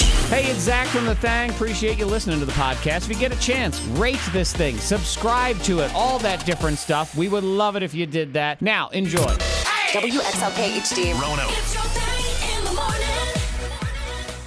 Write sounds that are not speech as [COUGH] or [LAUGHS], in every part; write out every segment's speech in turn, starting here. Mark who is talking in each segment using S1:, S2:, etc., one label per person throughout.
S1: Hey, it's Zach from The Thang. Appreciate you listening to the podcast. If you get a chance, rate this thing, subscribe to it, all that different stuff. We would love it if you did that. Now, enjoy.
S2: WXLK HD.
S3: Rono.
S4: It's your thing in the morning.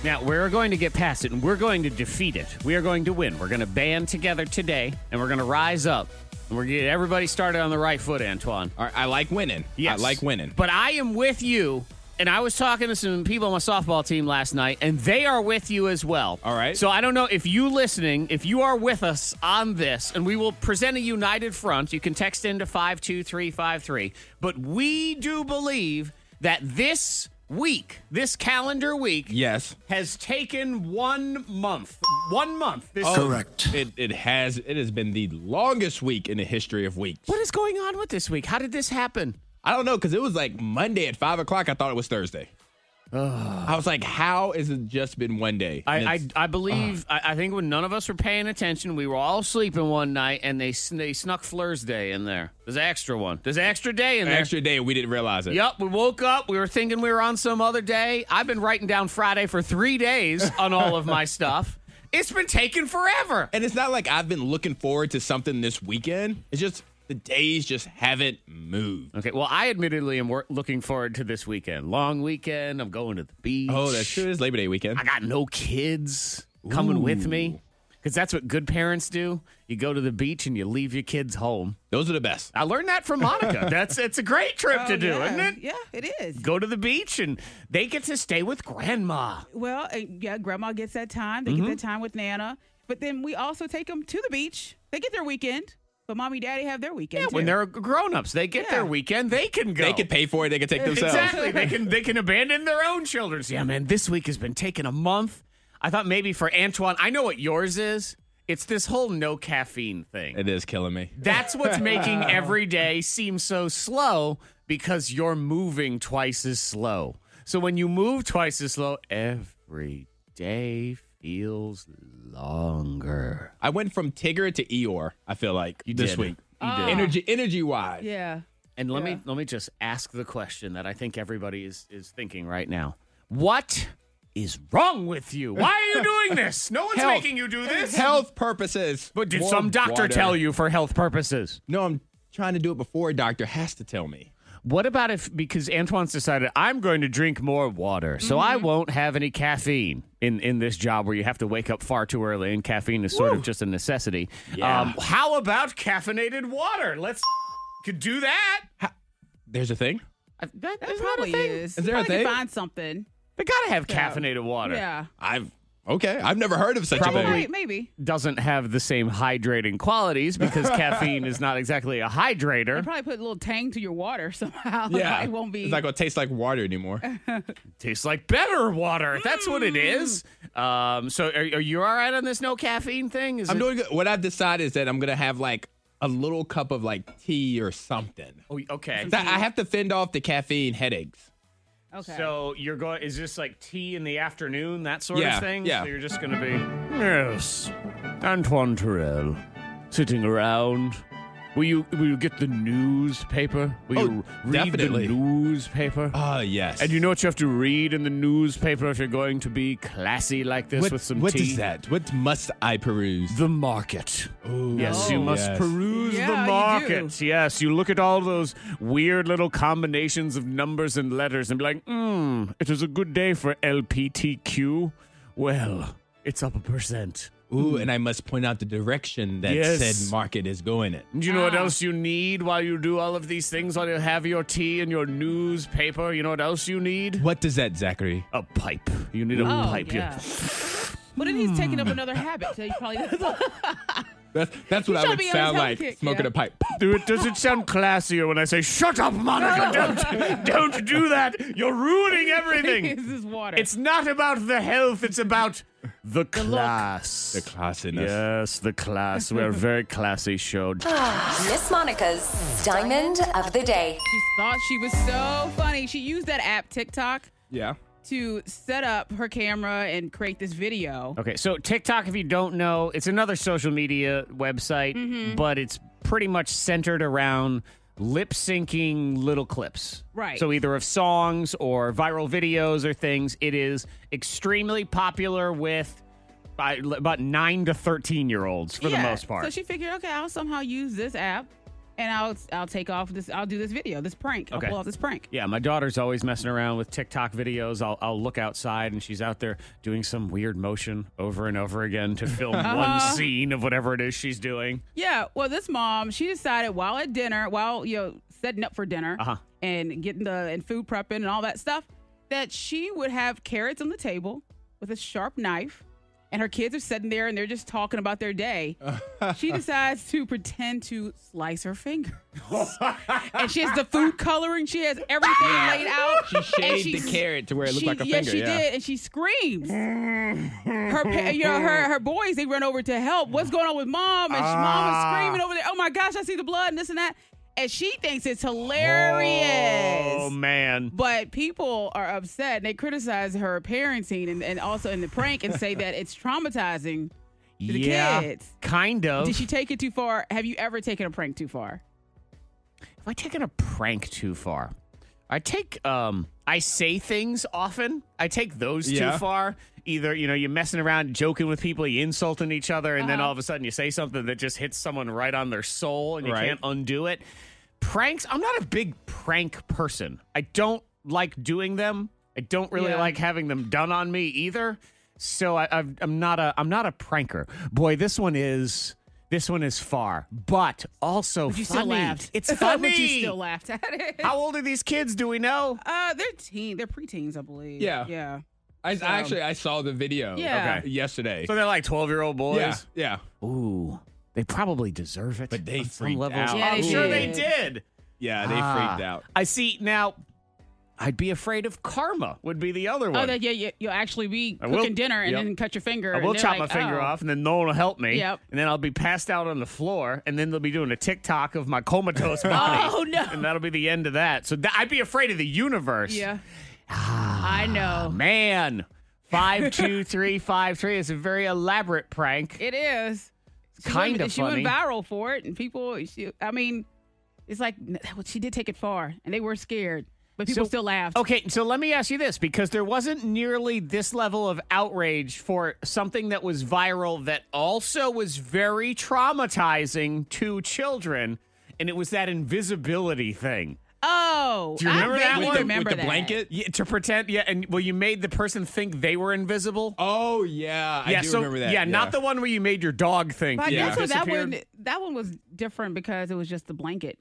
S1: Now, we're going to get past it and we're going to defeat it. We are going to win. We're going to band together today and we're going to rise up. And we're going to get everybody started on the right foot, Antoine.
S5: All right, I like winning.
S1: Yes.
S5: I like winning.
S1: But I am with you. And I was talking to some people on my softball team last night, and they are with you as well.
S5: All right.
S1: So I don't know if you listening, if you are with us on this, and we will present a united front. You can text into 52353. But we do believe that this week, this calendar week,
S5: yes.
S1: has taken one month. One month.
S5: Oh.
S1: This
S6: Correct.
S5: It, it has it has been the longest week in the history of weeks.
S1: What is going on with this week? How did this happen?
S5: I don't know because it was like Monday at five o'clock. I thought it was Thursday. I was like, how is it just been one day? And
S1: I, I,
S5: it's- uh-huh.
S1: I believe I, I think when none of us were paying attention, we were all sleeping one night, and they sn- they snuck Flur's day in there. There's an extra one. There's an extra day in
S5: an
S1: there.
S5: extra day we didn't realize it.
S1: Yep, we woke up. We were thinking we were on some other day. I've been writing down Friday for three
S5: [LAUGHS]
S1: days on all of my stuff. It's been taking forever.
S5: And it's not like I've been looking forward to something this weekend. It's just the days just haven't moved.
S1: Okay, well, I admittedly am wor- looking forward to this weekend. Long weekend. I'm going to the beach.
S5: Oh, that's true. It's Labor Day weekend.
S1: I got no kids coming with me because that's what good parents do. You go to the beach and you leave your kids home.
S5: Those are the best.
S1: I learned that from
S7: [LAUGHS]
S1: Monica. That's it's a great trip to do,
S7: Oh, yeah.
S1: isn't it?
S7: Yeah, it is.
S1: Go to the beach and they get to stay with grandma.
S7: Well, uh, yeah, grandma gets that time. They
S1: Mm-hmm.
S7: get that time with Nana. But then we also take them to the beach. They get their weekend, but mommy, daddy have their weekend.
S1: When
S7: too.
S1: they're grown-ups, they get their
S7: Yeah.
S1: weekend. They can go.
S5: They could pay for it. They could take themselves.
S1: Exactly.
S5: [LAUGHS]
S1: they can they can abandon their own children. So, Yeah, man, this week has been taking a month. I thought maybe for Antoine, I know what yours is. It's this whole no caffeine thing.
S5: It is killing me.
S1: That's what's making every day seem so slow because you're moving twice as slow. So when you move twice as slow, every day feels longer.
S5: I went from Tigger to Eeyore. I feel like
S1: You
S5: this
S1: did.
S5: week,
S1: You did.
S5: energy energy wise.
S7: Ah. yeah.
S1: And let me let me just ask the question that I think everybody is is thinking right now. What is wrong with you? Why are you doing this? No one's
S5: Health.
S1: making you do this.
S5: Health purposes.
S1: But did
S5: Warm
S1: some doctor
S5: water.
S1: tell you for health purposes?
S5: No, I'm trying to do it before a doctor has to tell me.
S1: What about if because Antoine's decided I'm going to drink more water, so I won't have any caffeine in in this job where you have to wake up far too early, and caffeine is sort of just a necessity. Um,
S5: Yeah.
S1: how about caffeinated water? Let's could do that.
S5: There's a thing.
S1: I- that-
S7: That
S1: isn't that a
S7: probably
S1: thing?
S7: is.
S5: Is there a
S7: Probably can
S5: thing?
S7: Find something.
S1: They gotta have caffeinated water.
S7: Yeah.
S5: I've okay. I've never heard of such a thing.
S7: Right, maybe.
S1: Doesn't have the same hydrating qualities because caffeine is not exactly a hydrator.
S7: Probably put a little tang to your water [LAUGHS] somehow.
S5: Yeah,
S7: it won't be.
S5: It's not gonna taste like water
S7: [LAUGHS]
S5: anymore.
S1: tastes like better water. If that's what it is. Um, so are, are you all right on this no caffeine thing? Is
S5: I'm
S1: it-
S5: doing good. What I've decided is that I'm gonna have like a little cup of like tea or something.
S1: Oh, okay.
S5: That- I have to fend off the caffeine headaches.
S7: okay.
S1: So you're going? Is this like tea in the afternoon, that sort
S5: Yeah,
S1: of thing?
S5: yeah.
S1: So you're just going to be yes, Antoine Terrell, sitting around. Will you will you get the newspaper? Will
S5: Oh,
S1: you read
S5: definitely.
S1: the newspaper?
S5: Ah, yes.
S1: and you know what you have to read in the newspaper if you're going to be classy like this
S5: what,
S1: with some
S5: what
S1: tea?
S5: is that? What must I peruse?
S1: The market. Yes, you
S7: Oh.
S1: must
S5: Yes.
S1: peruse
S7: Yeah,
S1: the
S7: you do.
S1: market. Yes, you look at all those weird little combinations of numbers and letters and be like, hmm, it is a good day for LPTQ. Well, it's up a percent.
S5: Ooh, and I must point out the direction that
S1: Yes.
S5: said market is going in.
S1: Do you know what
S7: Ah.
S1: else you need while you do all of these things, while you have your tea and your newspaper? You know what else you need?
S5: What does that, Zachary?
S1: A pipe. You need a
S7: oh,
S1: pipe. You- Hmm.
S7: yeah. But then he's taking up another habit. So he probably [LAUGHS]
S5: That's, that's what
S7: You
S5: I
S7: shall
S5: would
S7: be on
S5: sound
S7: his
S5: like
S7: own kick,
S5: smoking
S7: yeah.
S5: a pipe.
S1: Do it, does it sound classier when I say, shut up,
S7: [LAUGHS]
S1: Monica, don't, don't do that. You're ruining [LAUGHS] everything.
S7: this is water.
S1: It's not about the health, it's about the class.
S5: [LAUGHS] The classiness.
S1: Yes, the class.
S7: [LAUGHS]
S1: We're a very classy show.
S2: Miss Monica's Diamond of the Day.
S7: She thought she was so funny. She used that app TikTok
S5: Yeah.
S7: to set up her camera and create this video.
S1: Okay, so TikTok, if you don't
S7: Mm-hmm.
S1: know, it's another social media website, but it's pretty much centered around lip syncing little clips.
S7: Right.
S1: So either of songs or viral videos or things. It is extremely popular with by, about 9 to 13 year olds for
S7: Yeah.
S1: the most part.
S7: So she figured, okay, I'll somehow use this app, and I'll I'll take off this. I'll do this video, this prank.
S1: Okay.
S7: I'll pull off this prank.
S1: Yeah, my daughter's always messing around with TikTok videos. I'll, I'll look outside and she's out there doing some weird motion over and over again to
S7: [LAUGHS]
S1: film one scene of whatever it is she's doing.
S7: Yeah, well, this mom she decided while at dinner, while you know setting up for dinner
S1: Uh-huh.
S7: and getting the and food prepping and all that stuff, that she would have carrots on the table with a sharp knife, and her kids are sitting there and they're just talking about
S5: [LAUGHS]
S7: their day. she decides to pretend to slice her
S5: [LAUGHS]
S7: finger, and she has the food coloring. She has everything laid out.
S5: She
S7: and
S5: shaved the carrot to where it looked
S7: she-
S5: like a
S7: yeah,
S5: finger.
S7: she did, and she screams. her, pa- you know, her, her boys, they run over to help. What's going on with mom? And she-
S5: Ah.
S7: mom is screaming over there. Oh my gosh, I see the blood and this and that. And she thinks it's hilarious.
S1: Oh, man.
S7: But people are upset and they criticize her parenting and, and also in the prank and say that it's traumatizing. the
S1: yeah.
S7: kids.
S1: Kind
S5: Oh.
S1: of.
S7: Did she take it too far? Have you ever taken a prank too far?
S1: Have I taken a prank too far? I take um I say things often. I take those
S5: Yeah.
S1: too far. Either, you know, you're messing around, joking with people, you insulting each other, and then all of a sudden you say something that just hits someone right on their soul and you
S5: Right.
S1: can't undo it. Pranks, I'm not a big prank person. I don't like doing them. I don't really
S7: Yeah.
S1: like having them done on me either. So I, I've, I'm not a I'm not a pranker. Boy, this one is this one is far, but also funny.
S7: You still laughed.
S1: [LAUGHS] It's
S7: [LAUGHS] But
S1: funny.
S7: you still laughed at it.
S1: How old are these kids? Do we know?
S7: Uh, they're teen. They're preteens, I believe.
S5: Yeah.
S7: Yeah.
S5: I, I actually I saw the video.
S7: Yeah.
S1: Okay.
S5: Yesterday.
S1: So they're like 12 year old boys.
S5: yeah. Yeah.
S1: Ooh, they probably deserve it.
S5: But they
S1: on some
S5: freaked
S1: levels.
S5: out.
S7: Yeah,
S1: I'm
S7: they
S1: sure
S7: did.
S1: they did. Ah.
S5: Yeah. They freaked out.
S1: I see. Now, I'd be afraid of karma. Would be the other one.
S7: Oh, that yeah, yeah, you'll actually be
S1: I
S7: cooking
S1: will-
S7: dinner and
S1: yep.
S7: then cut your finger.
S1: I will
S7: and they're
S1: chop my
S7: like,
S1: finger
S7: oh.
S1: off, and then no one will help me.
S7: Yep.
S1: And then I'll be passed out on the floor, and then they'll be doing a TikTok of my
S7: [LAUGHS]
S1: comatose body.
S7: Oh, no.
S1: And that'll be the end of that. So th- I'd be afraid of the universe.
S7: Yeah.
S1: Ah.
S7: I know.
S1: Man, five
S7: [LAUGHS]
S1: two three five three is a very elaborate prank.
S7: It is. She
S1: Kinda
S7: went, She
S1: funny.
S7: went viral for it, and people, she, I mean, it's like, well, she did take it far, and they were scared, but people
S1: So- oh.
S7: still laughed.
S1: Okay, so let me ask you this because there wasn't nearly this level of outrage for something that was viral that also was very traumatizing to children, and it was that invisibility thing.
S7: Oh.
S1: Do you remember
S7: I
S1: that
S7: vaguely
S1: one? With the-
S7: remember
S5: with the
S7: that.
S5: blanket.
S1: Yeah, to pretend, yeah, and well, you made the person think they were invisible.
S5: Oh yeah. I
S1: yeah,
S5: do
S1: so
S5: remember that.
S1: yeah, not the one where you made your dog think.
S7: But
S1: you
S7: that's what that
S1: disappeared.
S7: one, that one was different because it was just the blanket.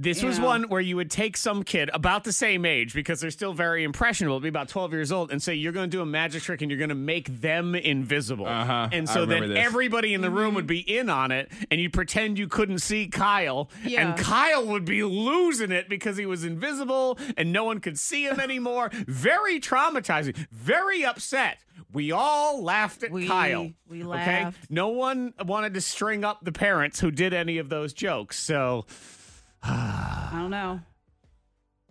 S1: This was
S7: Yeah.
S1: one where you would take some kid about the same age because they're still very impressionable, be about 12 years old, and say, You're going to do a magic trick and you're going to make them invisible.
S5: Uh-huh.
S1: And
S5: I
S1: so then
S5: remember this.
S1: everybody in the room would be in on it, and you'd pretend you couldn't see Kyle.
S7: Yeah.
S1: And Kyle would be losing it because he was invisible and no one could see him anymore. very traumatizing, very upset. We all laughed at
S7: We-
S1: Kyle.
S7: we laughed.
S1: Okay? No one wanted to string up the parents who did any of those jokes. So.
S7: I don't know.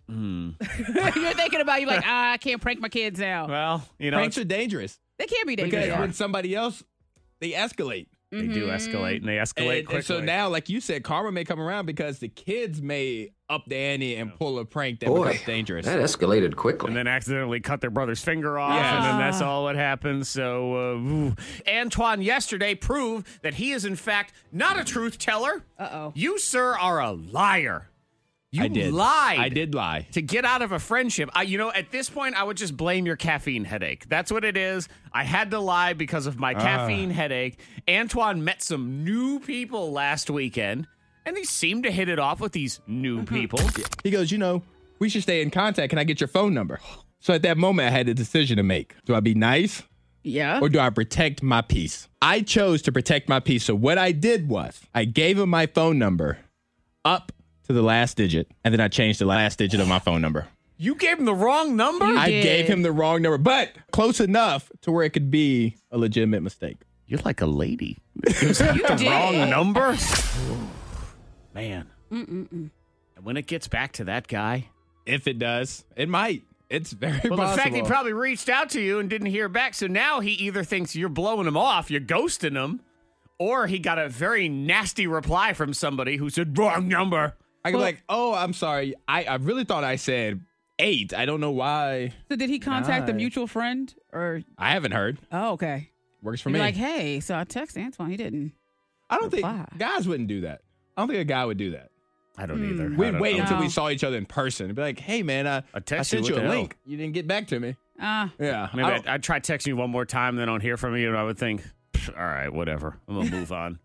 S5: Hmm.
S7: [LAUGHS] You're thinking about you like ah, I can't prank my kids now.
S1: Well, you know,
S5: Pranks
S1: it's-
S5: are dangerous
S7: They can't be
S5: because
S7: dangerous.
S5: when somebody else, they escalate.
S1: they do escalate and they
S5: And,
S1: escalate
S5: and
S1: quickly.
S5: so now, like you said, karma may come around because the kids may up the ante and pull a prank that
S3: Boy,
S5: becomes dangerous.
S3: that escalated quickly.
S1: and then accidentally cut their brother's finger off,
S5: Yeah.
S1: and then that's all what happens. So, uh, ooh. Antoine yesterday proved that he is, in fact, not a truth teller. Uh
S7: Uh-oh.
S1: You, sir, are a liar. You
S5: I did
S1: lied.
S5: I did lie.
S1: to get out of a friendship, I, you know, at this point, I would just blame your caffeine headache. That's what it is. I had to lie because of
S5: Ah.
S1: my caffeine headache. Antoine met some new people last weekend, and they seemed to hit it off with these new
S5: Mm-hmm.
S1: people.
S5: He goes, you know, we should stay in contact. Can I get your phone number? So at that moment, I had a decision to make. Do I be nice
S7: yeah.
S5: or do I protect my peace? I chose to protect my peace. So what I did was I gave him my phone number up to the last digit, and then I changed the last digit of my phone number.
S1: You gave him the wrong number?
S7: You
S5: I
S7: did.
S5: gave him the wrong number, but close enough to where it could be a legitimate mistake.
S1: You're like a lady. the [LAUGHS] wrong number? Man. And when it gets back to that guy,
S5: If it does, it might. It's very
S1: well,
S5: possible.
S1: the fact he probably reached out to you and didn't hear back, so now he either thinks you're blowing him off, you're ghosting him, or he got a very nasty reply from somebody who said wrong number.
S5: I can
S7: Well-
S5: be like, oh, I'm sorry. I, I really thought I said eight. I don't know why.
S7: So did he contact a
S5: Nice.
S7: mutual friend or?
S5: I haven't heard.
S7: Oh, okay.
S5: Works for
S7: Be
S5: me.
S7: like, hey, so I text Antoine. He didn't.
S5: I don't think
S7: reply.
S5: guys wouldn't do that. I don't think a guy would do that.
S1: I don't either. I
S5: We'd
S1: don't
S5: wait
S1: know.
S5: until we
S7: No.
S5: saw each other in person and be like, hey, man, I,
S1: I text you,
S5: sent
S1: what
S5: you,
S1: the
S5: a
S1: hell?
S5: link. You didn't get back to me.
S7: Uh,
S5: Yeah.
S1: Maybe
S5: I
S1: I
S5: don't-
S1: would I'd try texting you one more time, then I'll hear from you, and I would think, "Pfft, all right, whatever. I'm [LAUGHS] gonna move on.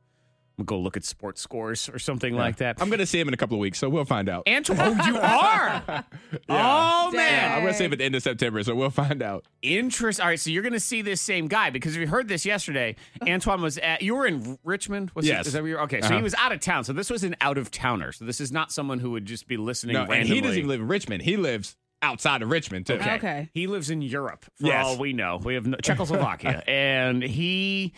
S1: I'm gonna go look at sports scores or something like that.
S5: I'm going to see him in a couple of weeks, so we'll find out. [LAUGHS]
S1: Antoine, oh,
S7: [LAUGHS]
S1: you are. Oh man,
S5: I'm going to see him at the end of September, so we'll find out.
S1: interest. All right, so you're going to see this same guy because we heard this yesterday. Antoine was at you were in Richmond. Was
S5: Yes.
S1: it, is that where you were? Okay, so
S5: Uh-huh.
S1: he was out of town. So this was an out of towner. So this is not someone who would just be listening.
S5: No,
S1: randomly.
S5: and he doesn't even live in Richmond. He lives outside of Richmond, too.
S7: Okay.
S1: He lives in Europe, for
S5: Yes.
S1: all we know. We have no,
S5: [LAUGHS]
S1: Czechoslovakia. and he,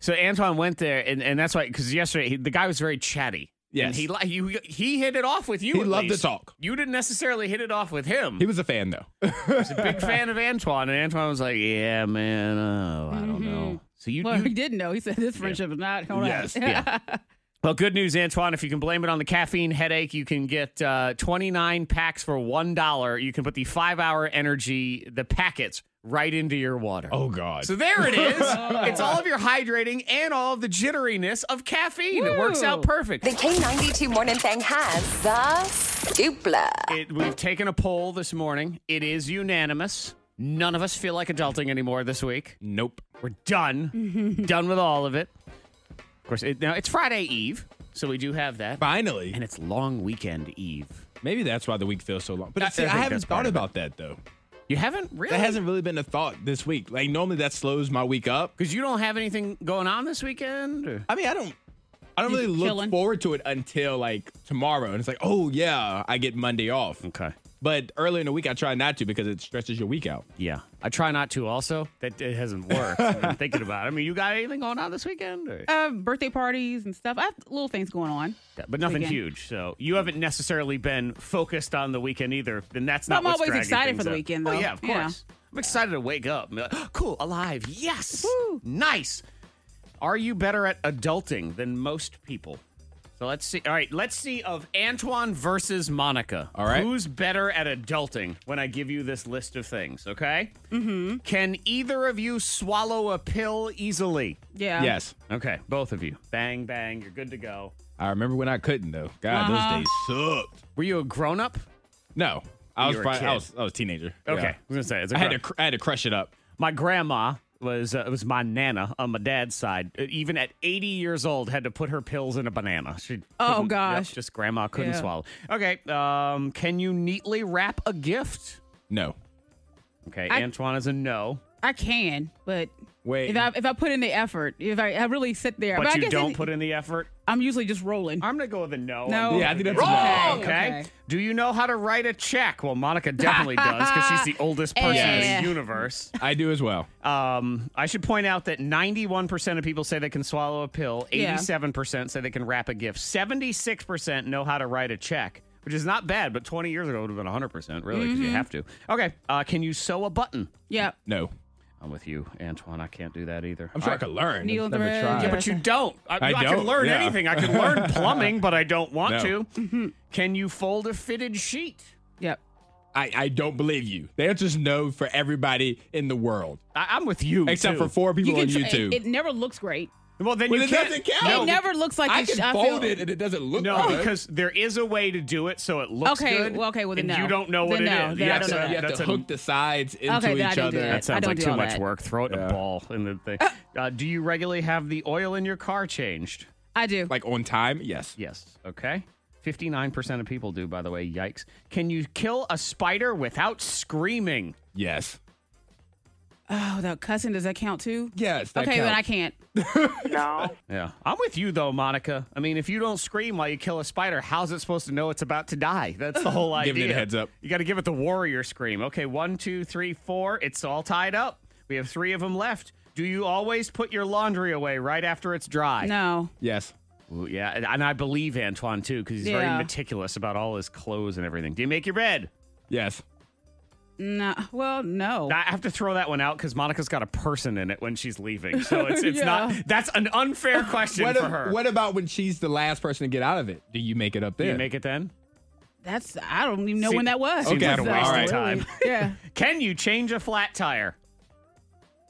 S1: so Antoine went there, and, and that's why, because yesterday he, the guy was very chatty.
S5: Yes.
S1: And he, li- you, he hit it off with you.
S5: He
S1: at
S5: loved to
S1: least.
S5: talk.
S1: You didn't necessarily hit it off with him.
S5: He was a fan, though.
S1: was a big [LAUGHS] fan of Antoine, and Antoine was like, yeah, man, oh, I don't know. So you,
S7: Well,
S1: you
S7: he didn't know. He said this friendship is not. Hold
S5: Yes,
S7: on. [LAUGHS]
S1: yeah. Well, good news, Antoine. If you can blame it on the caffeine headache, you can get uh, 29 packs for $1. You can put the five hour energy, the packets, right into your water.
S5: Oh, God.
S1: So there it is. it's all of your hydrating and all of the jitteriness of caffeine. It works out perfect.
S2: The K92 Morning Thing has the dupla.
S1: It, we've taken a poll this morning. It is unanimous. None of us feel like adulting anymore this week.
S5: nope.
S1: We're done.
S5: Mm-hmm.
S1: done with all of it. Of course, it, now it's Friday Eve, so we do have that.
S5: Finally.
S1: And it's long weekend Eve.
S5: Maybe that's why the week feels so long. But
S1: I-
S5: see,
S1: I
S5: I,
S1: think
S5: haven't
S1: that's part
S5: thought
S1: of it.
S5: about that, though.
S1: You haven't really?
S5: That hasn't really been a thought this week. Like, normally that slows my week up.
S1: Because you don't have anything going on this weekend? Or?
S5: I mean, I don't. I don't
S7: Just
S5: really look
S7: chilling.
S5: forward to it until like tomorrow, and it's like, oh yeah, I get Monday off.
S1: Okay.
S5: But early in the week, I try not to because it stretches your week out.
S1: Yeah. I try not to also. That it hasn't worked.
S5: [LAUGHS]
S1: I'm thinking about it. I mean, you got anything going on this weekend? Or?
S7: Uh, birthday parties and stuff. I have little things going on.
S1: Yeah, but nothing
S7: Weekend.
S1: huge. So you haven't necessarily been focused on the weekend either. Then that's not
S7: I'm
S1: what's
S7: always
S1: dragging
S7: excited
S1: things
S7: for the
S1: up.
S7: weekend,
S1: Oh,
S7: though.
S1: yeah, of
S7: You know.
S1: course. I'm excited to wake up. and be like, "Ah, cool, alive. Yes. Nice. Are you better at adulting than most people? So let's see. All right, let's see of Antoine versus Monica.
S5: All right.
S1: Who's better at adulting when I give you this list of things, okay? Mm-hmm. Can either of you swallow a pill easily?
S7: Yeah.
S5: Yes,
S1: Okay, both of you. Bang, bang, you're good to go.
S5: I remember when I couldn't though. God,
S1: Uh-huh.
S5: those days sucked.
S1: Were you a grown up?
S5: No, I was
S1: were a
S5: probably,
S1: kid.
S5: I was I was a teenager.
S1: Okay,
S5: Yeah.
S1: I was gonna say it's a
S5: I had
S1: gr-
S5: to cr- I had to crush it up.
S1: my grandma was uh, was my nana on my dad's side. Uh, Even at 80 years old, had to put her pills in a banana. She
S7: Oh,
S1: couldn't- yep,
S7: gosh.
S1: just grandma couldn't
S7: Yeah.
S1: swallow. Okay, um, can you neatly wrap a gift?
S5: No,
S1: Okay,
S7: I-
S1: Antoine is a no,
S7: I can, but
S5: Wait.
S7: if I if I put in the effort, if I, I really sit there,
S1: but,
S7: I
S1: you
S7: guess
S1: don't
S7: it-
S1: put in the effort.
S7: I'm usually just rolling.
S1: I'm gonna go with a no.
S7: No.
S5: yeah, I think that's
S7: Wrong!
S5: wrong.
S1: Okay.
S7: Okay.
S1: Do you know how to write a check? Well, Monica definitely does because she's the
S7: [LAUGHS]
S1: oldest person
S7: Yeah.
S1: in the universe.
S5: I do as well.
S1: Um, I should point out that 91% of people say they can swallow a pill,
S7: Yeah.
S1: 87% say they can wrap a gift, 76% know how to write a check, which is not bad, but 20 years ago it would have been 100%, really, because you have to. Okay, uh, can you sew a button?
S7: yeah.
S5: No,
S1: I'm with you, Antoine. I can't do that either.
S5: I'm sure I, could learn.
S7: Needle
S5: Just never
S7: thread.
S5: tried.
S7: Yeah,
S1: But you don't. I,
S5: I
S1: can
S5: don't,
S1: learn
S5: yeah.
S1: anything. I can
S5: [LAUGHS]
S1: learn plumbing, but I don't want
S5: No.
S1: to. Can you fold a fitted sheet?
S7: Yep.
S5: I I don't believe you. The answer's no for everybody in the world,
S1: I, I'm with you.
S5: except
S1: too.
S5: for four people on
S7: tr-
S5: YouTube.
S7: It, it never looks great.
S1: Well, then
S5: Well,
S1: you
S5: it
S1: can't.
S5: doesn't count.
S1: No,
S7: it never looks like
S5: I
S7: it sh-
S5: can
S7: feel-
S5: fold it and it doesn't look
S1: No,
S5: good.
S1: because there is a way to do it so it looks
S7: Oh. Okay,
S1: good.
S7: well, okay, well, then
S1: and
S7: no.
S1: you don't know what
S7: Then
S1: it
S7: no,
S1: is.
S7: then I
S5: You
S1: Yeah,
S5: have
S7: don't
S1: so
S5: to,
S7: know
S5: you have
S1: that's
S5: to
S1: a-
S5: hook the sides into
S7: Okay, then I
S5: each
S7: don't do
S5: other.
S7: that.
S1: That
S7: I
S1: sounds
S7: don't
S1: like
S7: do
S1: too
S7: all
S1: much
S7: that.
S1: work. Throw it in a
S5: Yeah.
S1: ball in the
S7: [LAUGHS]
S1: thing. Uh, do you regularly have the oil in your car changed?
S7: I do.
S5: Like on time, yes.
S1: Yes. Okay. 59% of people do, by the way. Yikes. Can you kill a spider without screaming?
S5: Yes.
S7: oh, without cussing, does that count too?
S5: Yes. That
S7: Okay,
S5: counts.
S7: then I can't.
S1: Yeah. I'm with you, though, Monica. I mean, if you don't scream while you kill a spider, how's it supposed to know it's about to die? That's the whole idea.
S5: [LAUGHS] Giving it a heads up.
S1: You got to give it the warrior scream. Okay, one, two, three, four. It's all tied up. We have three of them left. Do you always put your laundry away right after it's dry?
S7: No.
S5: Yes.
S1: Ooh, yeah, and, and I believe Antoine too because he's very
S7: Yeah.
S1: meticulous about all his clothes and everything. Do you make your bed?
S5: Yes.
S7: Nah, well, no.
S1: I have to throw that one out because Monica's got a person in it when she's leaving. So it's it's
S7: [LAUGHS] Yeah.
S1: not that's an unfair question
S5: What,
S1: for
S5: ab-
S1: her.
S5: what about when she's the last person to get out of it? Do you make it up there?
S1: Do you make it then?
S7: That's I don't even know
S1: See-
S7: when that was.
S1: seems
S5: Okay, like a waste of
S7: Really.
S1: time.
S7: yeah.
S1: Can you change a flat tire?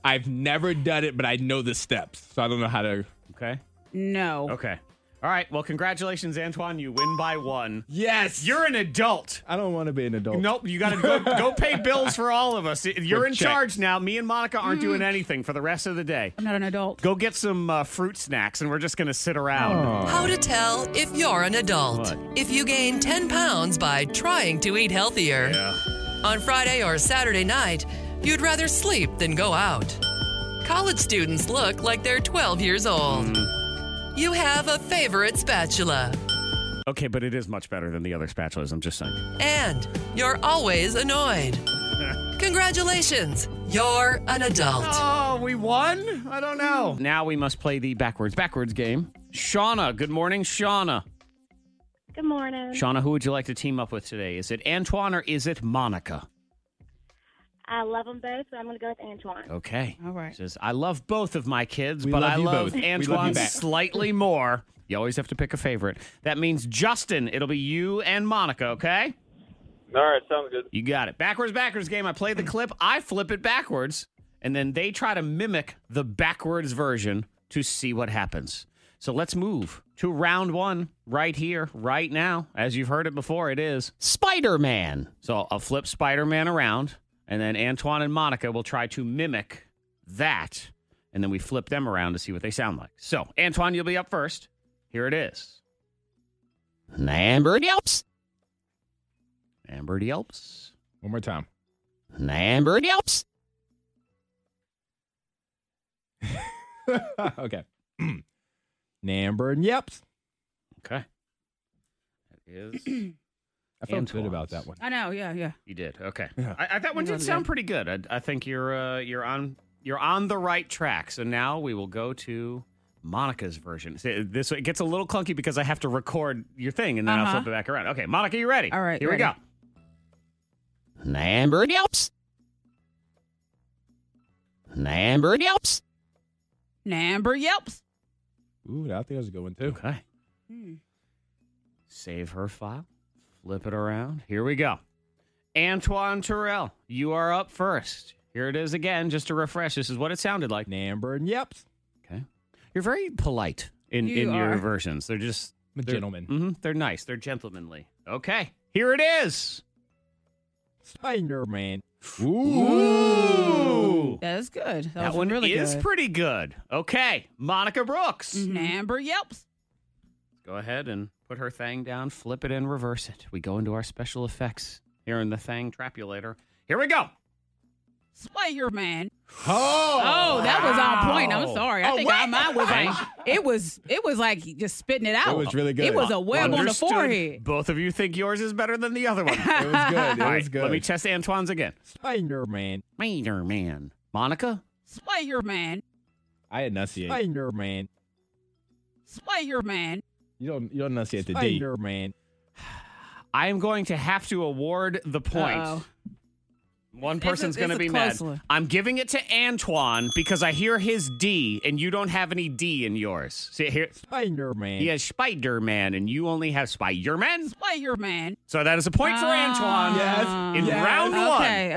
S5: I've never done it, but I know the steps, so I don't know how to.
S1: Okay.
S7: No.
S1: Okay. All right. Well, congratulations, Antoine. You win by one.
S5: Yes,
S1: You're an adult.
S5: I don't want to be an adult.
S1: Nope, you got to go, go pay bills for all of us. You're
S5: Good
S1: in
S5: check.
S1: charge now. Me and Monica aren't doing anything for the rest of the day.
S7: I'm not an adult.
S1: Go get some uh, fruit snacks, and we're just going to sit around.
S3: How to tell if you're an adult.
S1: What?
S3: If you gain 10 pounds by trying to eat healthier. On Friday or Saturday night, you'd rather sleep than go out. College students look like they're 12 years old. You have a favorite spatula.
S1: Okay, but it is much better than the other spatulas. I'm just saying.
S3: And you're always annoyed. Congratulations, you're an adult.
S1: Oh, we won? I don't know. Now we must play the backwards, backwards game. Shauna, good morning, Shauna.
S6: Good morning.
S1: Shauna, who would you like to team up with today? Is it Antoine or is it Monica?
S6: I love them both, but I'm going to go with Antoine.
S1: Okay.
S7: All right.
S1: Says, I love both of my kids,
S5: We
S1: but
S5: love
S1: I
S5: you
S1: love
S5: both. We love you
S1: Antoine
S5: back.
S1: slightly more. You always have to pick a favorite. That means Justin, it'll be you and Monica, okay?
S8: All right, sounds good.
S1: You got it. Backwards, backwards game. I play the clip, I flip it backwards, and then they try to mimic the backwards version to see what happens. So let's move to round one right here, right now. As you've heard it before, it is Spider Man. So I'll flip Spider Man around, and then Antoine and Monica will try to mimic that, and then we flip them around to see what they sound like. So, Antoine, you'll be up first. Here it is. Amber Yelps. Amber Yelps.
S5: One more time. [LAUGHS]
S1: Amber Yelps.
S5: okay. [CLEARS THROAT] Number and yeps.
S1: Okay. That is.
S5: I felt
S1: Antoine's.
S5: good about that one.
S7: I know. Yeah. Yeah.
S1: you did okay.
S5: Yeah.
S1: I, I, that one did
S7: You got it
S1: sound
S7: down.
S1: pretty good. I, I think you're uh, you're on you're on the right track. So now we will go to Monica's version. See, This it gets a little clunky because I have to record your thing and then I'll
S7: Uh-huh.
S1: flip it back around. Okay, Monica, you ready?
S7: All right,
S1: here
S7: ready.
S1: we go. Amber Yelps. Amber Yelps.
S7: Number yelps.
S5: Ooh, I think that was a good one too.
S1: Okay.
S7: Hmm.
S1: Save her file. Flip it around. Here we go. Antoine Terrell, you are up first. Here it is again, just to refresh. This is what it sounded like.
S5: Number and yeps.
S1: Okay. You're very polite in,
S7: You
S1: in your
S7: are.
S1: versions. They're just
S5: I'm a
S1: they're,
S5: gentleman.
S1: hmm they're nice. They're gentlemanly. Okay. Here it is.
S5: Spider Man.
S1: Ooh.
S7: That is good. That,
S1: That,
S7: was
S1: one
S7: really
S1: is
S7: good. Mm-hmm.
S1: pretty good. Okay. Monica Brooks.
S7: Number yelps.
S1: Go ahead and put her thing down, flip it and reverse it. We go into our special effects here in the thing trapulator. Here we go.
S7: Spider Man.
S5: Oh,
S7: Oh, that was on point. I'm
S1: Wow.
S7: sorry. I
S1: Oh,
S7: think
S1: what?
S7: I, mine was
S1: Thank-
S7: like it was it was like just spitting it out.
S5: was really good.
S7: It was a web
S1: Understood.
S7: on the forehead.
S1: Both of you think yours is better than the
S7: [LAUGHS]
S1: other one.
S5: it was good. It
S1: All
S5: was
S1: right,
S5: good.
S1: let me test Antoine's again.
S5: Spider Man.
S1: Spider Man. Monica?
S7: Spider Man.
S5: I enunciate. Spider Man.
S7: Spider Man.
S5: You don't. You don't enunciate the D. Spider Man.
S1: I am going to have to award the point.
S7: Uh-oh.
S1: One
S7: It's a-
S1: person's going to
S7: it's a
S1: be mad.
S7: close one.
S1: I'm giving it to Antoine because I hear his D and you don't have any D in yours. See here,
S5: Spider Man.
S1: he has Spider Man and you only have Spider Man.
S7: Spider Man.
S1: So that is a point for Antoine.
S5: Yes.
S1: In
S5: Yes.
S1: round one.
S7: Ah. Okay.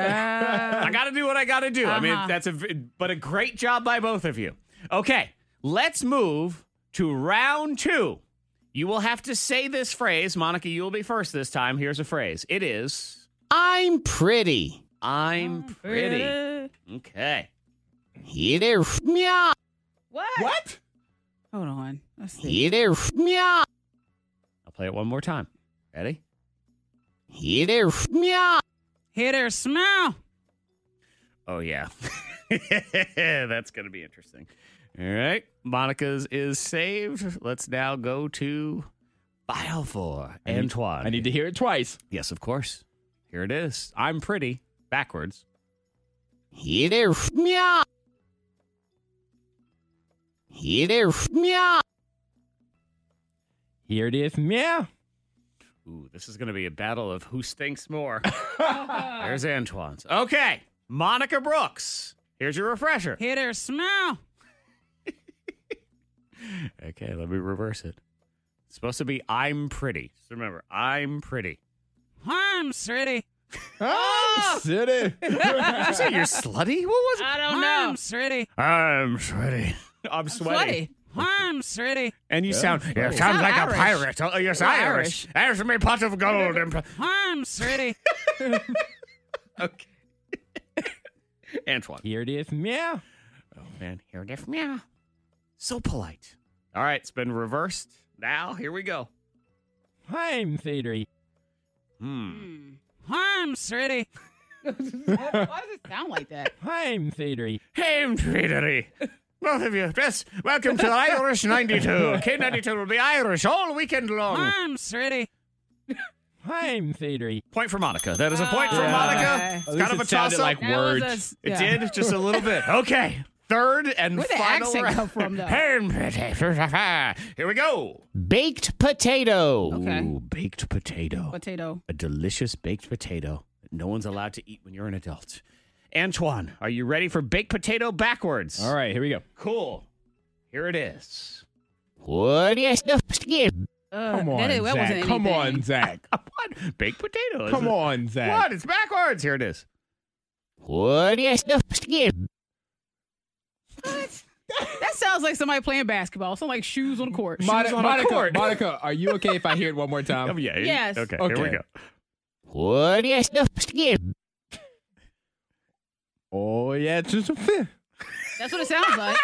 S7: uh,
S1: I got to do what I got to do. I mean,
S7: Uh-huh.
S1: that's a v- but a great job by both of you. Okay, let's move to round 2. You will have to say this phrase. Monica, you will be first this time. Here's a phrase. It is I'm pretty. [LAUGHS] I'm pretty. Okay. Here meow.
S7: What?
S5: What?
S7: Hold on. Let's see.
S1: Here meow. I'll play it one more time. Ready? Here meow.
S7: Hit her smile.
S1: Oh yeah. [LAUGHS] That's gonna be interesting. All right. Monica's is saved. Let's now go to file for
S5: I need-
S1: Antoine.
S5: I need to hear it twice.
S1: Yes, of course. Here it is. I'm pretty. Backwards. Here meow. Here meow.
S5: Here it is. Meow.
S1: Ooh, this is going to be a battle of who stinks more. There's Antoine's. Okay, Monica Brooks. Here's your refresher.
S7: Hit her smell.
S1: Okay, let me reverse it. It's supposed to be I'm pretty. So remember, I'm pretty.
S7: I'm sitty.
S5: Ah, [LAUGHS] city.
S1: Did you say you're slutty? What was
S7: I don't know. I'm sitty.
S1: it? I'm sweaty. I'm sweaty.
S7: Sweaty. I'm sweaty.
S1: And you sound you sound
S7: Sound
S1: like a
S7: Irish.
S1: pirate. Oh, you're Irish.
S7: Irish.
S1: There's me pot of gold. And... pro- [LAUGHS]
S7: I'm sitty.
S1: Okay. Antoine.
S5: Here it is. Meow.
S1: Man, here it is. Meow. So polite. All right, it's been reversed. Now, here we go.
S5: I'm theory.
S1: Hmm.
S7: I'm sitty.
S1: [LAUGHS]
S7: Why does it sound like that?
S5: I'm theory.
S1: Hey, [LAUGHS] Tweedery. Both of you, yes, welcome to Irish 92. K92 will be Irish all weekend long.
S7: I'm sitty.
S5: I'm theory.
S1: Point for Monica. That is a point for
S7: Yeah.
S1: Monica. It's kind of a toss-up.
S5: like
S7: That was
S5: words.
S7: a s- yeah.
S1: It did, just a little bit. [LAUGHS] Okay. Third and
S7: Where'd the
S1: final
S7: accent
S1: round.
S7: come from, though?
S1: Hand potato. Here we go. Baked potato.
S7: Okay.
S1: Ooh, baked potato.
S7: Potato.
S1: A delicious baked potato that no one's allowed to eat when you're an adult. Antoine, are you ready for baked potato backwards?
S5: All right, here we go.
S1: Cool. Here it is. What is the skin?
S5: Come on,
S7: Uh, that is- that wasn't
S5: Zach. Come
S7: anything.
S5: on,
S7: [LAUGHS]
S5: Zach.
S1: What? Baked potato. is
S5: Come
S1: it?
S5: on, Zach.
S1: What? It's backwards. Here it is. What is the skin?
S7: That sounds like somebody playing basketball. Sound like shoes on the court.
S1: She
S5: Mon-
S1: was on a
S5: Monica,
S1: court.
S5: Monica, are you okay if I hear it one more
S1: Oh,
S5: time?
S1: yeah.
S7: Yes.
S1: Okay, Here
S5: Okay.
S1: we go. What is the skin?
S5: [LAUGHS] Oh yeah, it's just a fit.
S7: That's what it sounds like.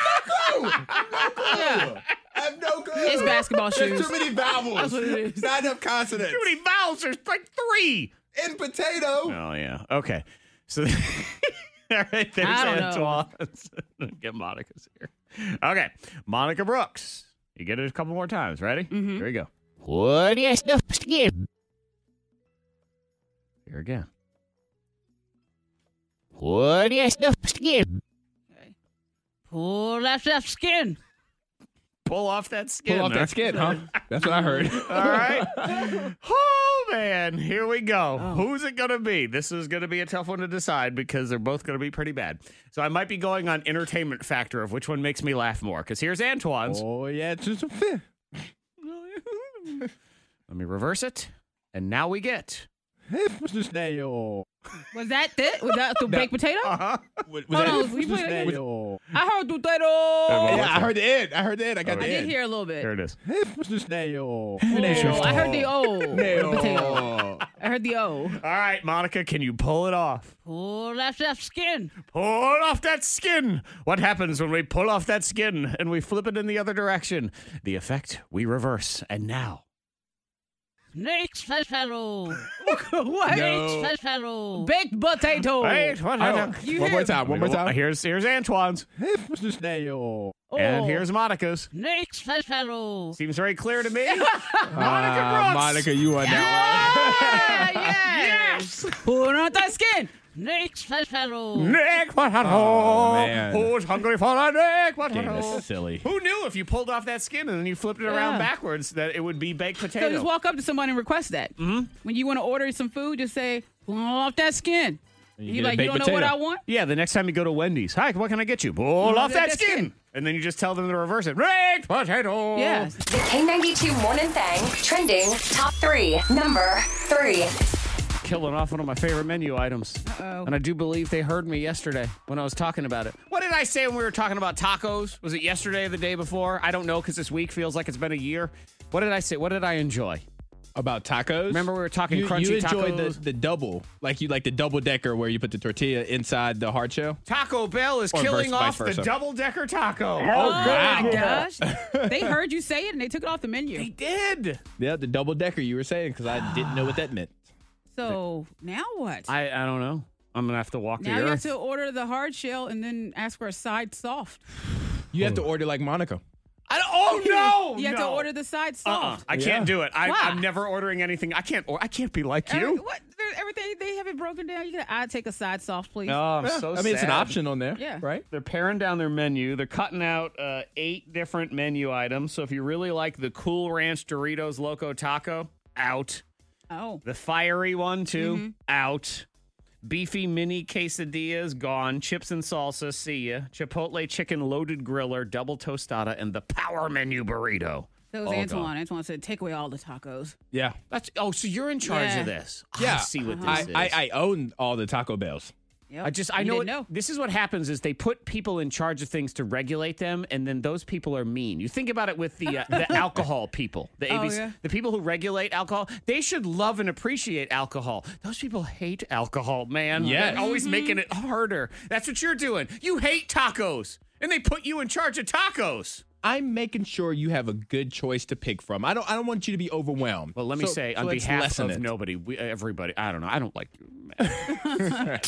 S5: [LAUGHS]
S7: Yeah.
S5: I have no clue.
S7: It's basketball shoes.
S5: many vowels.
S7: what it is.
S5: Not enough consonants.
S1: Too many vowels. There's like three.
S5: And potato.
S1: Oh yeah. Okay. So [LAUGHS] all right, there's
S7: I don't know.
S1: Antoine's. [LAUGHS] get Monica's here. Okay. Monica Brooks. You get it a couple more times. Ready?
S7: Mm-hmm.
S1: Here we go. What is the skin? Here again. What is the skin?
S7: Pull that that skin.
S1: Pull off that skin.
S5: Pull off
S1: there.
S5: that skin, huh? That's what I [LAUGHS] heard.
S1: All right. Oh man, here we go. Who's it gonna be? This is gonna be a tough one to decide because they're both gonna be pretty bad. So I might be going on entertainment factor of which one makes me laugh more. Because here's Antoine's.
S5: Oh yeah, it's just a fit.
S1: Let me reverse it. And now we get.
S5: It was a snail.
S7: Was that it? Was that [LAUGHS] the baked potato?
S5: Was
S7: Oh, no, we
S5: was a
S7: played it.
S5: snail.
S7: I heard
S1: Oh,
S7: potato.
S5: Yeah, I heard the end. I heard the end. I got
S1: Oh,
S5: the
S7: I did
S5: end.
S7: hear a little
S1: Here
S7: bit.
S1: it is.
S5: It was a snail.
S7: Oh, I heard the O.
S5: Snail.
S7: Potato. I heard the O.
S1: All right, Monica, can you pull it off?
S7: Pull that that skin.
S1: Pull off that skin. What happens when we pull off that skin and we flip it in the other direction? The effect we reverse. And now.
S7: Snake special. [LAUGHS] what?
S5: No.
S7: special. Baked potato.
S1: Wait, what happened?
S5: Oh, One more time. One more time.
S1: Here's here's Antoine's.
S5: It was a snail.
S7: Oh.
S1: And here's Monica's.
S7: Snake special.
S1: Seems very clear to [LAUGHS] me.
S5: Monica
S1: Brooks.
S5: Uh, Monica, you are that
S7: Yeah, Ah, [LAUGHS] yes. Pull out that skin. Snake special.
S1: Nick, what at
S5: Oh, man.
S1: Who's hungry for a Nick? What
S5: one. That's silly.
S1: Who knew if you pulled off that skin and then you flipped it around
S7: Yeah.
S1: backwards that it would be baked
S7: So
S1: potato?
S7: just walk up to someone and request that. Mm-hmm. When you want to order some food, just say, pull off that skin.
S5: get
S7: You
S5: a
S7: like, you
S5: baked
S7: don't know what I
S5: potato."
S7: want?
S1: yeah, the next time you go to Wendy's, hi, what can I get you? Pull off that skin. And then you just tell them to reverse it. Baked potato.
S7: Yes.
S2: The K92 Morning Thang trending top three. Number three.
S1: Killing off one of my favorite menu items.
S7: Uh-oh.
S1: And I do believe they heard me yesterday when I was talking about it. What did I say when we were talking about tacos? Was it yesterday or the day before? I don't know because this week feels like it's been a year. What did I say? What did I enjoy?
S5: About tacos.
S1: Remember we were talking
S5: you,
S1: crunchy
S5: you enjoyed
S1: tacos?
S5: The, the double, like you like the double decker where you put the tortilla inside the hard shell.
S1: Taco Bell is
S5: Or
S1: killing
S5: verse-
S1: off
S5: vice
S1: the
S5: versa.
S1: double decker taco.
S7: Oh,
S5: wow.
S7: my gosh.
S1: [LAUGHS]
S7: they heard you say it and they took it off the menu.
S1: They did.
S5: Yeah, the double decker you were saying because I didn't know what that meant.
S7: So now what?
S1: I, I don't know. I'm gonna have to walk
S7: now
S1: the
S7: you have
S1: earth.
S7: to order the hard shell and then ask for a side soft.
S5: You have to order like Monica.
S1: I don't- oh [LAUGHS] no!
S7: [LAUGHS] You have to
S1: no.
S7: order the side
S1: Uh-uh.
S7: soft.
S1: I can't
S5: Yeah.
S1: do it. I,
S7: Why?
S1: I'm never ordering anything. I can't. Or I can't be like
S7: Every-
S1: you.
S7: What? There- Everything they have it broken down. You can. I take a side soft, please.
S1: Oh, I'm so.
S5: I mean, it's an
S1: sad.
S5: option on there.
S7: Yeah.
S5: Right.
S1: They're paring down their menu. They're cutting out uh, eight different menu items. So if you really like the Cool Ranch Doritos Loco Taco, out.
S7: Oh.
S1: The fiery one, too, out. Beefy mini quesadillas, gone. Chips and salsa, see ya. Chipotle chicken loaded griller, double tostada, and the power menu burrito.
S7: That was
S1: All
S7: Antoine.
S1: gone.
S7: Antoine said, take away all the tacos.
S5: Yeah.
S1: That's oh, so you're in charge
S7: Yeah.
S1: of this.
S5: Yeah. Uh-huh.
S1: I see what this
S5: I,
S1: is.
S5: I, I own all the Taco Bells.
S7: Yep.
S1: I just I
S7: You
S1: know,
S7: didn't
S1: it- this is what happens is they put people in charge of things to regulate them and then those people are mean. You think about it with the uh, the alcohol people, the
S7: Oh,
S1: ABC,
S7: yeah.
S1: the people who regulate alcohol, they should love and appreciate alcohol. Those people hate alcohol, man.
S5: Yes.
S1: They're always making it harder. That's what you're doing. You hate tacos and they put you in charge of tacos.
S5: I'm making sure you have a good choice to pick from. I don't I don't want you to be overwhelmed.
S1: Well, let me
S5: So-
S1: say
S5: so
S1: on
S5: let's
S1: behalf
S5: lessen
S1: of
S5: it.
S1: nobody, we, everybody, I don't know. I don't like you. man.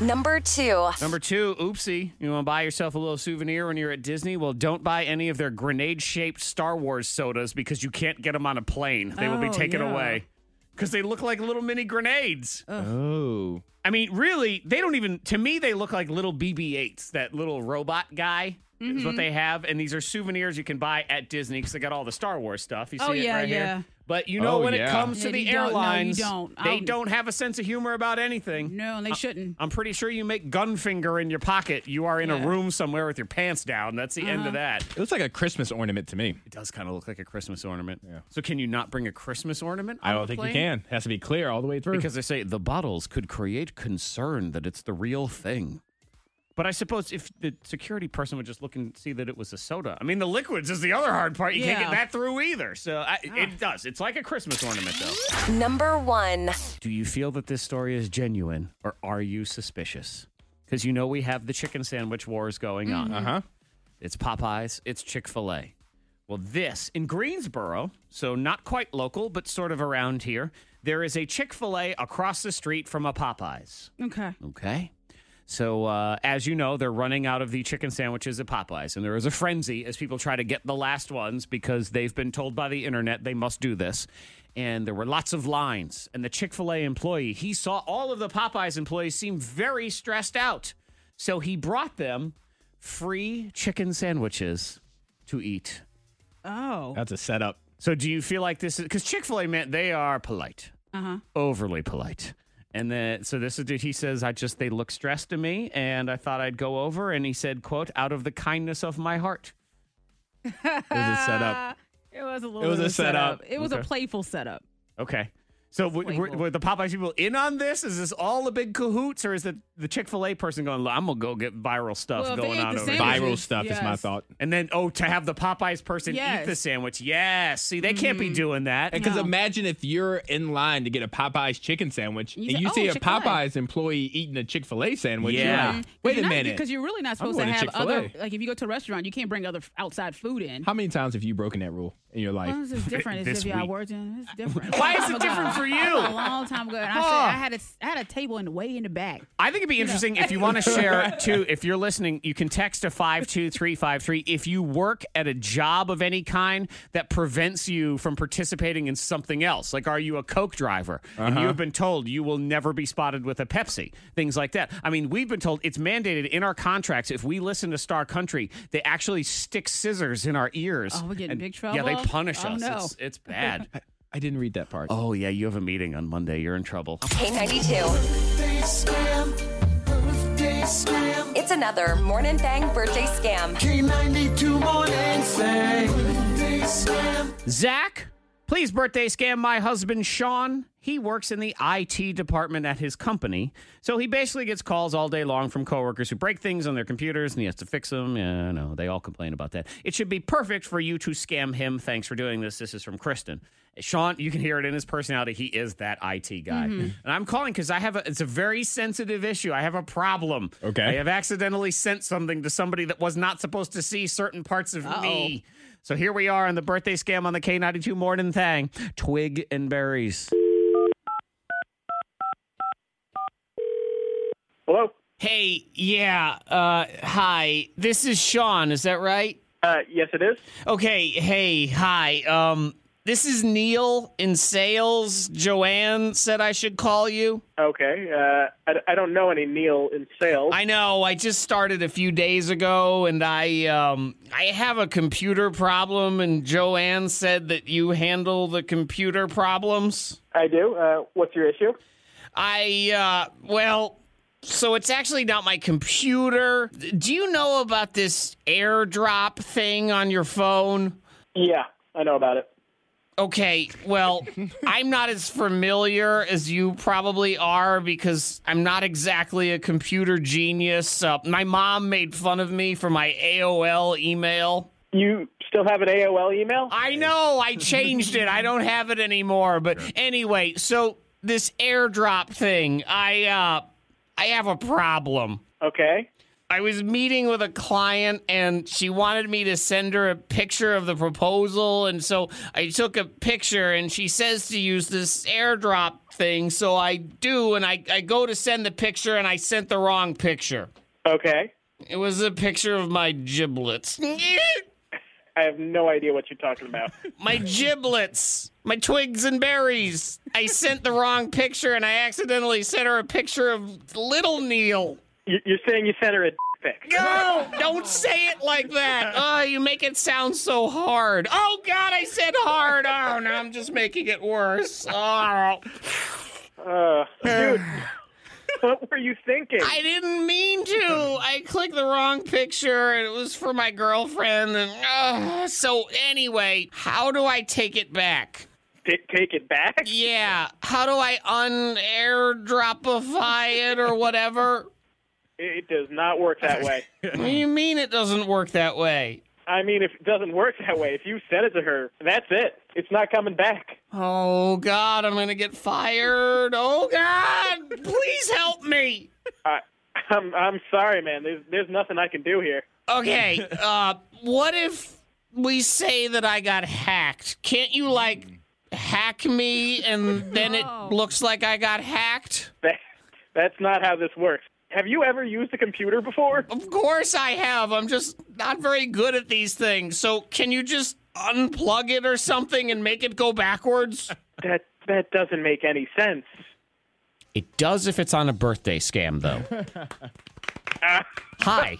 S2: Number two.
S1: Number two, oopsie. You want to buy yourself a little souvenir when you're at Disney? Well, don't buy any of their grenade shaped Star Wars sodas because you can't get them on a plane. They will be
S7: Oh,
S1: taken
S7: yeah.
S1: away because they look like little mini grenades.
S5: Oh.
S1: I mean, really, they don't even, to me, they look like little BB 8s, that little robot guy. Is
S7: Mm-hmm.
S1: what they have, and these are souvenirs you can buy at Disney because they got all the Star Wars stuff. You see
S7: Oh,
S1: it
S7: yeah,
S1: right
S7: yeah.
S1: here. But you know
S5: Oh,
S1: when it
S5: yeah.
S1: comes to
S7: Yeah,
S1: the
S7: you don't- no, you
S1: airlines,
S7: don't. Oh.
S1: they
S7: I'll-
S1: don't have a sense of humor about anything.
S7: No, and they shouldn't.
S1: I'm pretty sure you make Gunfinger in your pocket. You are in a
S7: Yeah. Uh-huh.
S1: room somewhere with your pants down. That's the end of that.
S5: It looks like a Christmas ornament to me.
S1: It does kind of look like a Christmas ornament. So can you not bring a Christmas ornament?
S5: I
S1: on
S5: don't
S1: the
S5: think
S1: plane?
S5: you can. It has to be clear all the way through.
S1: Because they say the bottles could create concern that it's the real thing. But I suppose if the security person would just look and see that it was a soda. I mean, the liquids is the other hard part. You can't get
S7: Yeah. Ah.
S1: that through either. So I, it does. It's like a Christmas ornament, though.
S2: Number one.
S1: Do you feel that this story is genuine or are you suspicious? Because you know we have the chicken sandwich wars going on.
S5: uh huh.
S1: It's Popeyes. It's Chick fil A. Well, this in Greensboro, so not quite local, but sort of around here, there is a Chick fil A across the street from a Popeyes.
S7: Okay.
S1: Okay. So, uh, as you know, they're running out of the chicken sandwiches at Popeyes, and there is a frenzy as people try to get the last ones because they've been told by the internet they must do this. And there were lots of lines. And the Chick fil A employee, he saw all of the Popeyes employees seem very stressed out. So, he brought them free chicken sandwiches to eat.
S7: Oh.
S5: That's a setup.
S1: So do you feel like this is because Chick Fil A meant they are polite, uh-huh. overly polite, and then so this is dude. He says, "I just they look stressed to me, and I thought I'd go over." And he said, "quote Out of the kindness of my heart."
S5: It was a
S7: [LAUGHS]
S5: setup.
S7: It was a little
S5: It was
S7: bit
S5: a
S7: of setup.
S5: setup.
S7: It was
S1: Okay.
S7: a playful setup.
S1: Okay. So w- were,
S7: Playful.
S1: were the Popeyes people in on this? Is this all a big cahoots, or is it the Chick Fil A person going? "I'm gonna go get viral stuff
S7: Well, if they
S1: going
S7: ate
S1: on
S7: the
S1: over here."
S7: sandwich-
S5: Viral stuff is my
S7: Yes.
S5: thought.
S1: And then oh, to have the Popeyes person eat
S7: Yes. Mm-hmm.
S1: the sandwich. Yes. See, they can't be doing that.
S5: Because
S7: No.
S5: imagine if you're in line to get a Popeyes chicken sandwich
S7: You
S5: and
S7: say,
S5: you
S7: "Oh,
S5: see a
S7: Chick-fil-A."
S5: Popeyes employee eating a Chick fil A sandwich. you're
S1: Yeah.
S5: like,
S1: Mhm.
S5: Wait a
S7: You're not-
S5: minute.
S7: Because you're really not supposed to
S5: going to
S7: have other
S5: Chick-fil-A.
S7: like if you go to a restaurant, you can't bring other f- outside food in.
S5: How many times have you broken that rule in your life?
S7: Well, this is different. It's
S1: This
S7: if y'all
S1: week.
S7: worked in. It's different.
S1: Why is
S7: Long
S1: it
S7: time
S1: different
S7: ago.
S1: for you?
S7: That was A long time ago, and I said
S1: Huh.
S7: I had a s- I had a table in the way in the back.
S1: I think it'd be interesting if you want to share too. If you're listening, you can text to five two three five three. If you work at a job of any kind that prevents you from participating in something else, like are you a Coke driver and you have been told you will never be spotted with a Pepsi, things like that. I mean, we've been told it's mandated in our contracts. If we listen to Star Country, they actually stick scissors in our ears.
S7: Oh, we get in
S1: And-
S7: big
S1: Yeah, they
S7: trouble?
S1: punish
S7: Oh,
S1: us.
S7: no.
S1: It's, it's
S7: [LAUGHS]
S1: bad.
S5: I didn't read that part.
S1: oh yeah, you have a meeting on Monday. You're in trouble.
S2: K92. It's another Morning Thang birthday scam.
S1: Zach, please birthday scam my husband, Sean. He works in the IT department at his company. So he basically gets calls all day long from coworkers who break things on their computers and he has to fix them. Yeah, I know. They all complain about that. It should be perfect for you to scam him. Thanks for doing this. This is from Kristen. Sean, you can hear it in his personality. He is that IT guy. And I'm calling because I have a, it's a very sensitive issue. I have a problem.
S5: Okay.
S1: I have accidentally sent something to somebody that was not supposed to see certain parts of me. So here we are on the birthday scam on the K92 morning thing. Twig and berries.
S8: Hello?
S1: Hey, yeah, uh, hi. This is Sean, is that right?
S8: Uh, yes, it is.
S1: Okay, hey, hi. Um, This is Neil in sales. Joanne said I should call you.
S9: Okay. Uh, I, I don't know any Neil in sales.
S1: I know. I just started a few days ago, and I um, I have a computer problem. And Joanne said that you handle the computer problems.
S9: I do. Uh, what's your issue?
S1: I uh, well, so it's actually not my computer. Do you know about this AirDrop thing on your phone?
S9: Yeah, I know about it.
S1: Okay, well, I'm not as familiar as you probably are because I'm not exactly a computer genius. Uh, my mom made fun of me for my AOL email.
S9: You still have an AOL email?
S1: I know, I changed it. I don't have it anymore. But anyway, so this airdrop thing, I uh I have a problem.
S9: Okay.
S1: I was meeting with a client and she wanted me to send her a picture of the proposal. And so I took a picture and she says to use this airdrop thing. So I do. And I, I go to send the picture and I sent the wrong picture.
S9: Okay.
S1: It was a picture of my giblets. [LAUGHS]
S9: I have no idea what you're talking about.
S1: my giblets, my twigs and berries. I sent the wrong picture and I accidentally sent her a picture of little Neil.
S9: You- You're saying you sent her a dick pic.
S1: No, don't say it like that. Oh, you make it sound so hard. Oh God, I said hard. Oh, now I'm just making it worse. Oh, I
S9: Uh,
S1: [SIGHS]
S9: dude, what were you thinking?
S1: didn't mean to. I clicked the wrong picture, and it was for my girlfriend. And oh, so anyway, how do I take it back?
S9: T- take it back?
S1: Yeah, how do I un-airdropify it or whatever?
S9: It does not work that way.
S1: What do you mean it doesn't work that way?
S9: I mean, if it doesn't work that way, if you sent it to her, that's it. It's not coming back.
S1: Oh God, I'm gonna get fired. Oh God, please help me.
S9: I, I'm I'm sorry, man. There's there's nothing I can do here.
S1: Okay, uh, what if we say that I got hacked? Can't you like hack me and then it looks like I got hacked?
S9: That, that's not how this works. Have you ever used a computer before?
S1: Of course I have. I'm just not very good at these things. So can you just unplug it or something and make it go backwards?
S9: That that doesn't make any sense.
S1: It does if it's on a birthday scam, though. Hi.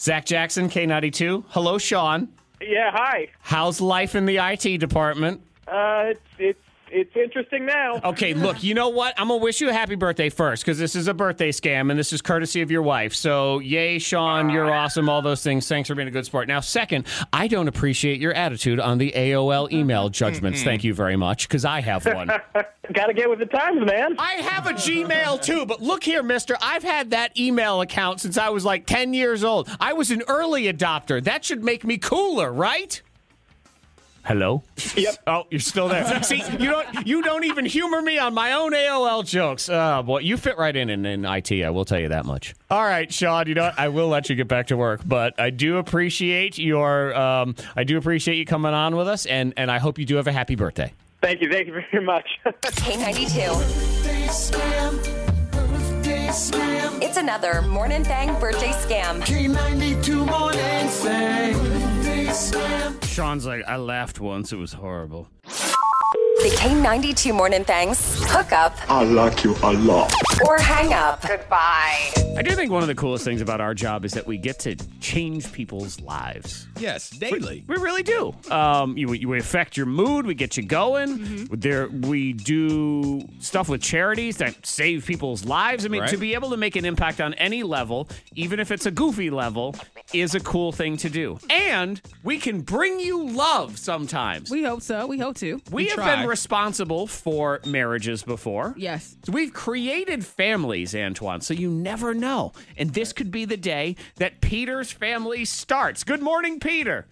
S1: Zach Jackson, K92. Hello, Sean.
S9: Yeah, hi.
S1: How's life in the IT department?
S9: Uh, it's it's it's interesting now. [LAUGHS]
S1: Okay, look, you know what? I'm going to wish you a happy birthday first because this is a birthday scam and this is courtesy of your wife. So, yay, Sean, you're awesome, all those things. Thanks for being a good sport. Now, second, I don't appreciate your attitude on the AOL email judgments. Thank you very much because I have one.
S9: Got to get with the times, man.
S1: I have a Gmail too, but look here, mister. I've had that email account since I was like 10 years old. I was an early adopter. That should make me cooler, right? Hello? Yep. Oh, you're still there. [LAUGHS] See, you don't you don't even humor me on my own AOL jokes. Oh boy, you fit right in, in in IT, I will tell you that much. All right, Sean, you know what? I will let you get back to work, but I do appreciate your um, I do appreciate you coming on with us and and I hope you do have a happy birthday.
S9: Thank you, thank you very much.
S2: K92. It's another Morning Thang birthday scam.
S1: Sean's like, I laughed once, it was horrible.
S2: The K92 Morning Thangs. Hook up. I like you a lot. Or hang up. Goodbye.
S1: I do think one of the coolest things about our job is that we get to change people's lives.
S5: Yes, daily.
S1: We really do. Um, you, you- we affect your mood. We get you going. There, we do stuff with charities that save people's lives. I mean,
S5: Right.
S1: to be able to make an impact on any level, even if it's a goofy level, is a cool thing to do. And we can bring you love sometimes.
S7: We hope so. We hope [LAUGHS] to.
S1: We have
S5: try.
S1: been responsible for marriages before.
S7: Yes.
S1: So we've created families, Antoine, so you never know. And this could be the day that Peter's family starts. Good morning, Peter.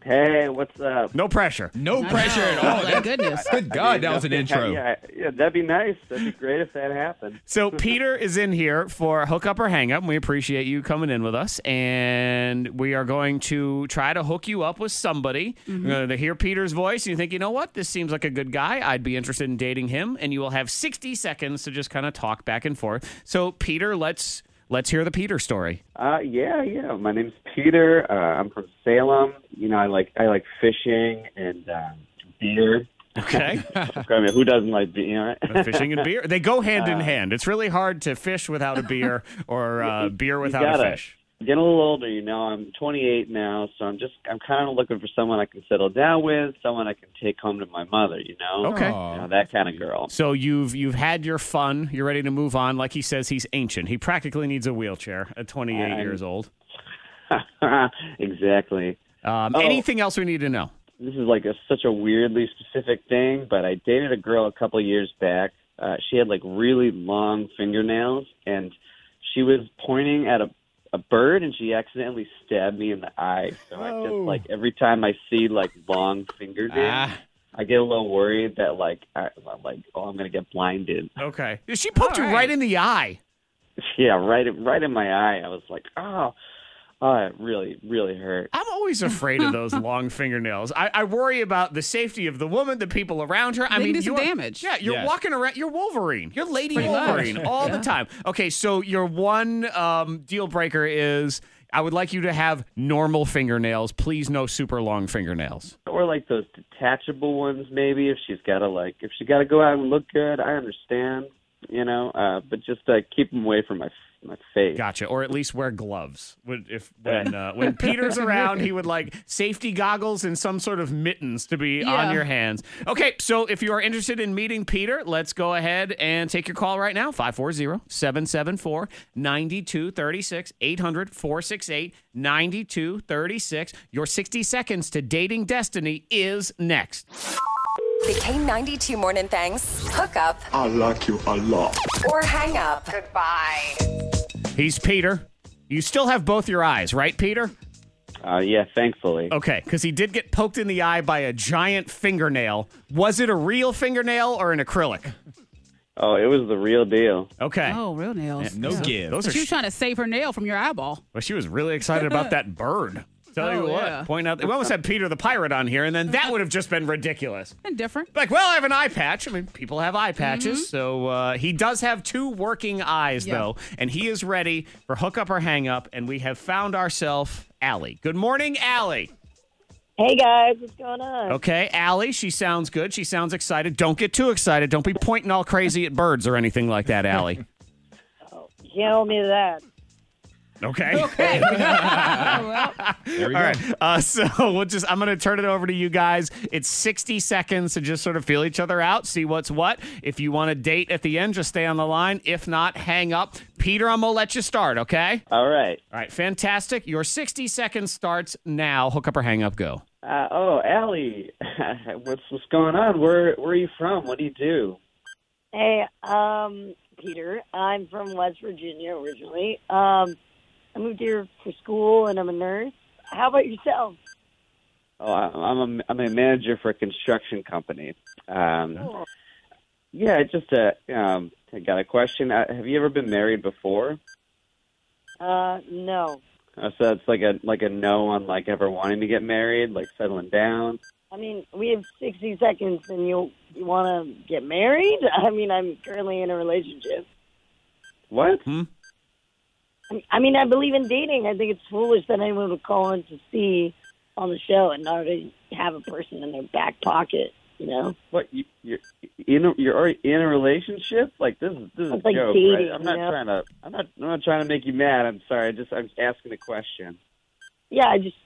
S9: [LAUGHS] hey, what's up?
S1: No pressure.
S5: No pressure at
S7: [LAUGHS]
S5: all. [LAUGHS]
S7: Thank goodness.
S1: [LAUGHS]
S5: Good God, that was an intro.
S9: yeah, that'd be nice. That'd be great if that happened.
S1: So Peter is in here for hook up or hang up. We appreciate you coming in with us, and we are going to try to hook you up with somebody. You're going to hear Peter's voice, and you think, you know what, this seems like a good guy. I'd be interested in dating him, and you will have 60 seconds to just kind of talk back and forth. So Peter, let's let's hear the Peter story.
S10: Uh, yeah, yeah. My name's Peter. Uh, I'm from Salem. You know, I like I like fishing and um,
S9: beer.
S1: Okay.
S9: Okay, I mean, who doesn't like beer?
S5: [LAUGHS]
S9: Right?
S1: Fishing and beer. They go hand in hand. It's really hard to fish without a beer or uh, beer without a
S9: gotta.
S1: fish.
S9: [LAUGHS] Getting a little older, you know. I'm 28 now, so I'm just I'm kind of looking for someone I can settle down with, someone I can take home to my mother. You know,
S1: Okay.
S9: you know, that kind of girl. [LAUGHS]
S1: So you've you've had your fun. You're ready to move on. Like he says, he's ancient. He practically needs a wheelchair at 28
S9: I'm-
S1: years old.
S9: exactly.
S1: Um,
S9: Oh.
S1: Anything else we need to know?
S9: this is like a, such a weirdly specific thing, but I dated a girl a couple of years back. Uh, she had like really long fingernails, and she was pointing at a a bird, and she accidentally stabbed me in the eye. So I
S5: Oh.
S9: just like every time I see like long fingernails,
S5: Ah.
S9: I get a little worried that like I, I'm like oh I'm gonna get blinded. [LAUGHS]
S1: Okay. She poked
S7: All
S1: you right
S7: right.
S1: in the eye.
S9: yeah, right right in my eye. I was like oh, oh it really really hurt.
S1: I'm always afraid of those long fingernails. I, I worry about the safety of the woman, the people around her. I
S7: They can
S1: mean,
S7: do some
S1: you're-
S7: damage.
S1: Yeah, you're
S5: Yes.
S1: walking around. You're Wolverine. You're Lady
S7: much.
S1: Wolverine all the time. Okay, so your one um, deal breaker is I would like you to have normal fingernails. Please, no super long fingernails.
S9: or like those detachable ones maybe if she's got to like if she got to go out and look good i understand you know uh but just uh keep them away from my my face
S1: Gotcha. Or at least wear gloves. Would if when uh, when Peter's around, he would like safety goggles and some sort of mittens to be on
S7: Yeah.
S1: your hands. Okay, so if you are interested in meeting Peter, let's go ahead and take your call right now. 540-774-9236 800-468-9236. Your 60 seconds to dating destiny is next.
S2: The K92 Morning Thangs. Hook up. I like you a lot. Or hang up. Goodbye.
S1: He's Peter. You still have both your eyes, right, Peter?
S9: uh yeah thankfully
S1: Okay, because he did get poked in the eye by a giant fingernail. Was it a real fingernail or an acrylic?
S9: oh it was the real deal
S1: Okay.
S7: Oh, real nails.
S5: No give.
S1: Those are.
S7: But you were
S1: She,
S7: trying to save her nail from your eyeball.
S1: well, she was really excited about
S7: [LAUGHS]
S1: that bird. Tell you
S7: Oh,
S1: what,
S7: yeah.
S1: point out. We almost had Peter the Pirate on here, and then that would have just been ridiculous.
S7: Been different.
S1: Like, well, I have an eye patch. I mean, people have eye patches. So uh, he does have two working eyes,
S7: Mm-hmm. Yeah.
S1: though, and he is ready for hookup or hang up. And we have found ourselves Allie. Good morning, Allie.
S6: Hey guys, what's going on?
S1: Okay, Allie, she sounds good. She sounds excited. Don't get too excited. Don't be pointing all crazy at birds or anything like that, Allie.
S6: You owe me that.
S1: Okay.
S5: There we
S1: All
S5: go.
S1: right. Uh, so [LAUGHS] we'll just I'm gonna turn it over to you guys. It's 60 seconds to just sort of feel each other out, see what's what. If you want to date at the end, just stay on the line. If not, hang up. Peter, I'm gonna let you start, okay?
S9: all right
S1: All right, fantastic. Your 60 seconds starts now. Hook up or hang up, go.
S9: uh oh Allie, [LAUGHS] what's what's going on where where are you from what do you do
S6: Hey, um, Peter, I'm from West Virginia originally. Um, I moved here for school and I'm a nurse. How about yourself?
S9: oh I, i'm a i'm a manager for a construction company um yeah just uh um i got a question uh, have you ever been married before
S6: Uh, no.
S9: Uh, so that's like a like a no on like ever wanting to get married, like settling down.
S6: I mean, we have 60 seconds and you you want to get married? [LAUGHS] I mean, I'm currently in a relationship.
S9: What?
S6: I mean, I believe in dating. I think it's foolish that anyone would call in to see on the show and already have a person in their back pocket, you know?
S9: What? You, you're in a, you're already in a relationship? Like this is this is
S6: It's
S9: a
S6: like
S9: joke,
S6: dating,
S9: right? I'm not
S6: you know?
S9: trying to I'm not I'm not trying to make you mad. I'm sorry. I just I'm just asking a question.
S6: Yeah, I just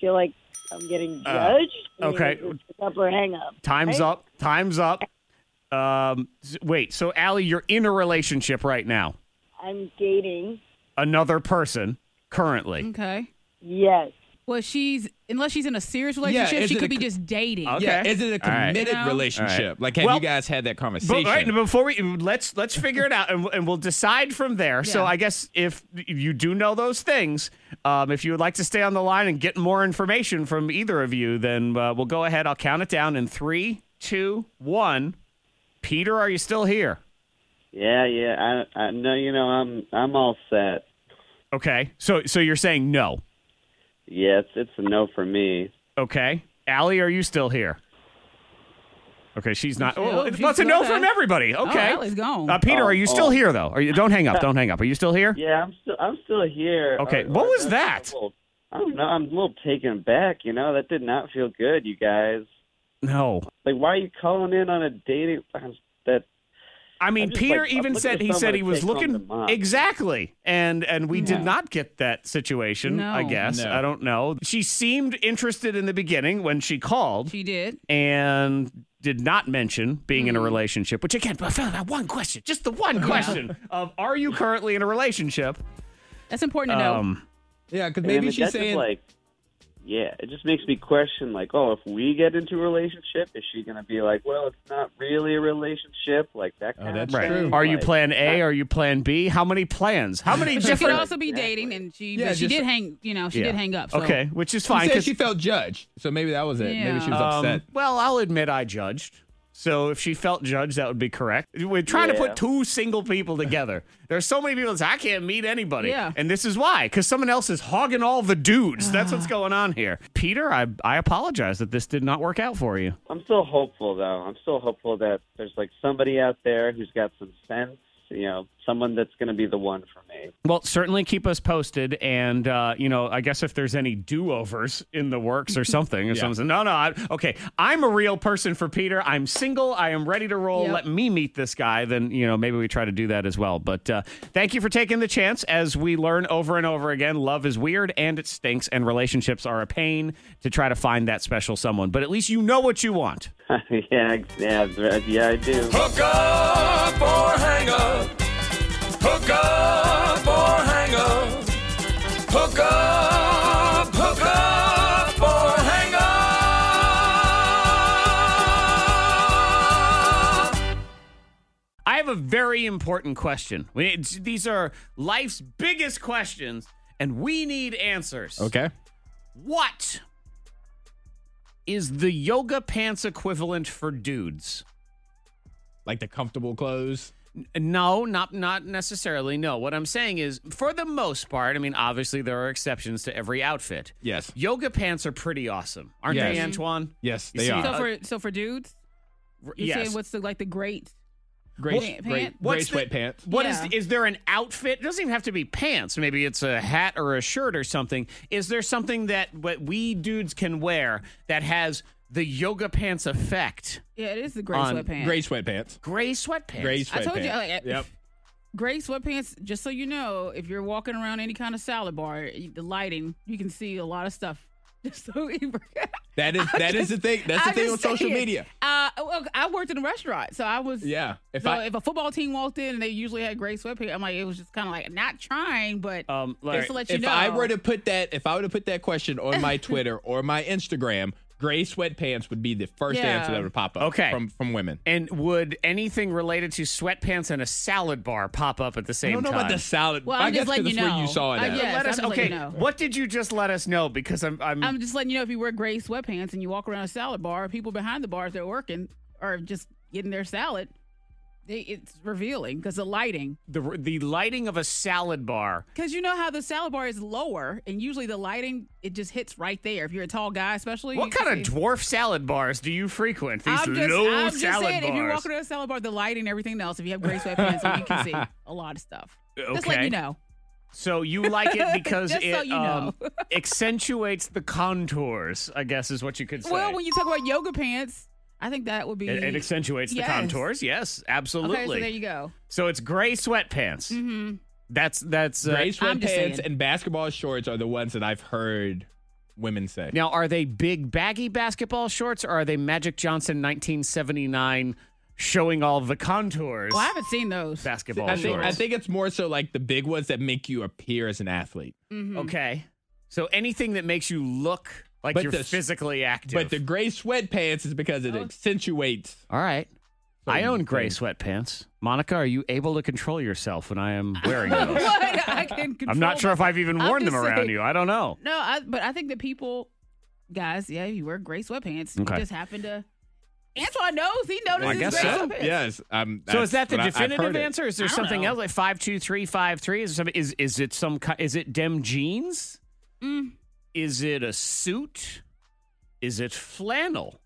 S6: feel like I'm getting
S1: Uh,
S6: judged. I mean,
S1: okay.
S6: it's a up or hang up.
S1: Time's
S6: Right?
S1: up. Time's up. Um s- wait, so Allie, you're in a relationship right now.
S6: I'm dating.
S1: Another person currently.
S7: [LAUGHS] Okay.
S6: Yes.
S7: Well, she's unless she's in a serious
S5: Yeah,
S7: relationship,
S5: is
S7: she
S5: it
S7: could
S5: a
S7: be
S5: co-
S7: just dating.
S1: Okay.
S5: Yeah, is it a
S1: All right.
S5: committed
S7: You know?
S5: relationship?
S1: All right.
S5: Like, have
S1: Well-
S5: you guys had that conversation?
S1: But, all right, and before we let's let's figure it out, and, we'll- and we'll decide from there. So
S7: Yeah.
S1: I guess if you do know those things, um, if you would like to stay on the line and get more information from either of you, then uh, we'll go ahead. I'll count it down in three, two, one. Peter, are you still here?
S9: Yeah, yeah. I I no, you know I'm I'm all set.
S1: Okay. So so you're saying no.
S9: Yeah, it's it's a no for me.
S1: Okay. Allie, are you still here? Okay, she's not.
S7: Oh,
S1: well,
S7: she's
S1: that's a no
S7: okay.
S1: from everybody. Okay.
S7: Allie's gone.
S1: Uh, Peter,
S9: Oh,
S1: are you still
S9: oh.
S1: here though? Are you? Don't hang up. Don't hang up. Are you still here?
S9: Yeah, I'm still I'm still here. Uh,
S1: Okay,
S9: Or-
S1: what
S9: or
S1: was
S9: that's a
S1: that?
S9: little- I don't know. I'm a little taken back. You know that did not feel good, you guys.
S1: No.
S9: Like, why are you calling in on a dating that?
S1: I mean,
S9: I'm just,
S1: Peter
S9: like, I'm
S1: even
S9: looking
S1: said
S9: for
S1: he
S9: someone
S1: said
S9: to
S1: he was
S9: take home to
S1: looking
S9: mom.
S1: exactly, and and we did
S7: No.
S1: not get that situation. I
S7: No.
S1: guess
S5: No.
S1: I don't know. She seemed interested in the beginning when she called
S7: She did.
S1: and did not mention being
S7: Mm-hmm.
S1: in a relationship. Which again, I found out one question, just the one question of Are you currently in a relationship? Um,
S7: That's important to know.
S5: Yeah, because
S9: I mean, that's just like, yeah, it just makes me question, like, oh, if we get into a relationship, is she going to be like, well, it's not really a relationship, like that kind
S5: Oh, that's
S9: of
S1: Right.
S5: true.
S1: Are you
S9: Like-
S1: plan A? Are you plan B? How many plans? How many
S7: [LAUGHS] But she could
S1: different?
S7: also be dating, and she
S5: Yeah,
S7: but she
S5: just-
S7: did hang. You know, she
S1: Yeah.
S7: did hang up. So.
S1: Okay, which is
S5: she
S1: fine.
S5: said
S1: 'cause-
S5: she felt judged, so maybe that was it. Maybe she was
S7: Yeah.
S1: Um,
S5: upset.
S1: well, I'll admit I judged. So if she felt judged, that would be correct. We're trying to
S9: Yeah.
S1: put two single people together. There's so many people that say, I can't meet anybody.
S7: Yeah.
S1: And this is why, because someone else is hogging all the dudes. That's
S7: [SIGHS]
S1: what's going on here. Peter, I, I apologize that this did not work out for you.
S9: I'm still hopeful though. I'm still hopeful that there's like somebody out there who's got some sense, you know, someone that's going to be the one for me.
S1: Well, certainly keep us posted. And, uh, you know, I guess if there's any do overs in the works or something, or something, no, no, I, okay, I'm a real person for Peter. I'm single. I am ready to roll.
S7: Yep.
S1: Let me meet this guy. Then, you know, maybe we try to do that as well. But uh, thank you for taking the chance. As we learn over and over again, love is weird and it stinks, and relationships are a pain to try to find that special someone. But at least you know what you want.
S9: [LAUGHS] yeah, I- yeah, I- yeah, I do.
S10: Hook up or hang up. Hook up or hang up. Hook up, hook up or hang up.
S1: I have a very important question. We- it's- These are life's biggest questions, and we need answers.
S5: Okay.
S1: What is the yoga pants equivalent for dudes?
S5: Like the comfortable clothes.
S1: No, not not necessarily. No, what I'm saying is, for the most part, I mean, obviously there are exceptions to every outfit.
S5: Yes.
S1: Yoga pants are pretty awesome, aren't they,
S5: Yes.
S1: Antoine?
S5: Yes,
S1: You
S5: they
S1: see-
S5: are.
S7: So for so for dudes,
S1: R-
S7: you saying what's the like the great?
S5: Great,
S7: Pant-
S5: great,
S7: pant?
S5: great
S1: What's the-
S5: sweatpants.
S1: What is
S7: Yeah.
S1: is there an outfit? It doesn't even have to be pants. Maybe it's a hat or a shirt or something. Is there something that what we dudes can wear that has the yoga pants effect?
S7: Yeah, it is the gray
S1: On
S7: sweatpants.
S5: Gray sweatpants.
S1: Gray sweatpants.
S5: Gray
S7: I
S5: sweatpants.
S7: told you, like, I- [LAUGHS]
S5: yep.
S7: gray sweatpants. Just so you know, if you're walking around any kind of salad bar, y- the lighting you can see a lot of stuff. [LAUGHS] so
S5: That is that is the thing. That's the
S7: I'm
S5: thing
S7: just
S5: on social
S7: saying.
S5: media.
S7: Uh, well, I worked in a restaurant, so I was
S5: Yeah. If
S7: so
S5: I
S7: if a football team walked in and they usually had gray sweatpants, I'm like, it was just kind of like not trying, but
S1: Um,
S7: just
S1: Larry,
S7: to let you
S5: if
S7: know.
S5: I were to put that if I were to put that question on
S7: [LAUGHS]
S5: my Twitter or my Instagram, gray sweatpants would be the first
S7: Yeah.
S5: answer that would pop up.
S1: Okay.
S5: From from women.
S1: and would anything related to sweatpants and a salad bar pop up at the same
S5: I don't know
S1: time?
S5: about the salad.
S7: Well,
S5: I
S7: I'm
S5: guess
S7: just letting
S5: 'cause
S7: you
S5: that's where
S7: know.
S5: you saw it.
S7: I
S5: at.
S7: guess.
S1: Let
S7: I'm
S1: us.
S7: just letting
S1: Okay,
S7: you know. Um,
S1: what did you just let us know? Because I'm. I'm,
S7: I'm just letting you know if you wear gray sweatpants and you walk around a salad bar, people behind the bars that are working are just getting their salad. They, it's revealing because the lighting.
S1: the the lighting of a salad bar.
S7: Because you know how the salad bar is lower, and usually the lighting it just hits right there. If you're a tall guy, especially.
S1: What
S7: you can
S1: kind of
S7: see-
S1: dwarf salad bars do you frequent? These
S7: I'm just,
S1: low
S7: I'm just
S1: salad
S7: saying,
S1: bars.
S7: if you walk around a salad bar, the lighting, and everything else. If you have gray sweatpants, on, you
S1: [LAUGHS]
S7: can see a lot of stuff. Just let
S1: Uh, Okay.
S7: you know.
S1: So you like it because
S7: [LAUGHS] Just
S1: it
S7: so you
S1: um,
S7: know.
S1: accentuates the contours, I guess is what you could say.
S7: Well, when you talk about yoga pants, I think that would be.
S1: it, it accentuates
S7: Yes.
S1: the contours, yes, absolutely.
S7: okay, so there you go.
S1: So it's gray sweatpants. Mm-hmm. That's that's uh,
S5: Gray
S7: I'm just saying.
S5: sweatpants and basketball shorts are the ones that I've heard women say.
S1: now. Are they big baggy basketball shorts, or are they Magic Johnson 1979 showing all the contours?
S7: Well, I haven't seen those.
S1: Basketball
S5: I think,
S1: shorts.
S5: I think it's more so like the big ones that make you appear as an athlete.
S1: Okay. So anything that makes you look like
S5: But
S1: you're
S5: the-
S1: physically active.
S5: But the gray sweatpants is because
S7: Oh.
S5: it accentuates.
S1: All right.
S5: So
S1: I
S5: you
S1: own gray
S5: think-
S1: sweatpants. Monica, are you able to control yourself when I
S7: [LAUGHS]
S1: am wearing those?
S7: What? I can
S1: I'm not
S7: control
S1: sure if I've even
S7: I'm
S1: worn them
S7: just
S1: around
S7: saying.
S1: you. I don't know.
S7: No, I, but I think that people, guys, yeah, you wear gray sweatpants.
S1: Okay.
S7: You just happen to. Antoine knows. He notices
S1: I guess
S7: gray
S1: so.
S7: sweatpants.
S5: Yes. Um,
S1: So is that
S5: that's
S1: the
S5: what I- I've
S1: definitive
S5: heard it.
S1: answer? Is there
S7: I don't
S1: something
S7: know.
S1: else like five two three five three? Is there something is is it some ki- is it dem jeans?
S7: Mm.
S1: Is it a suit? Is it flannel?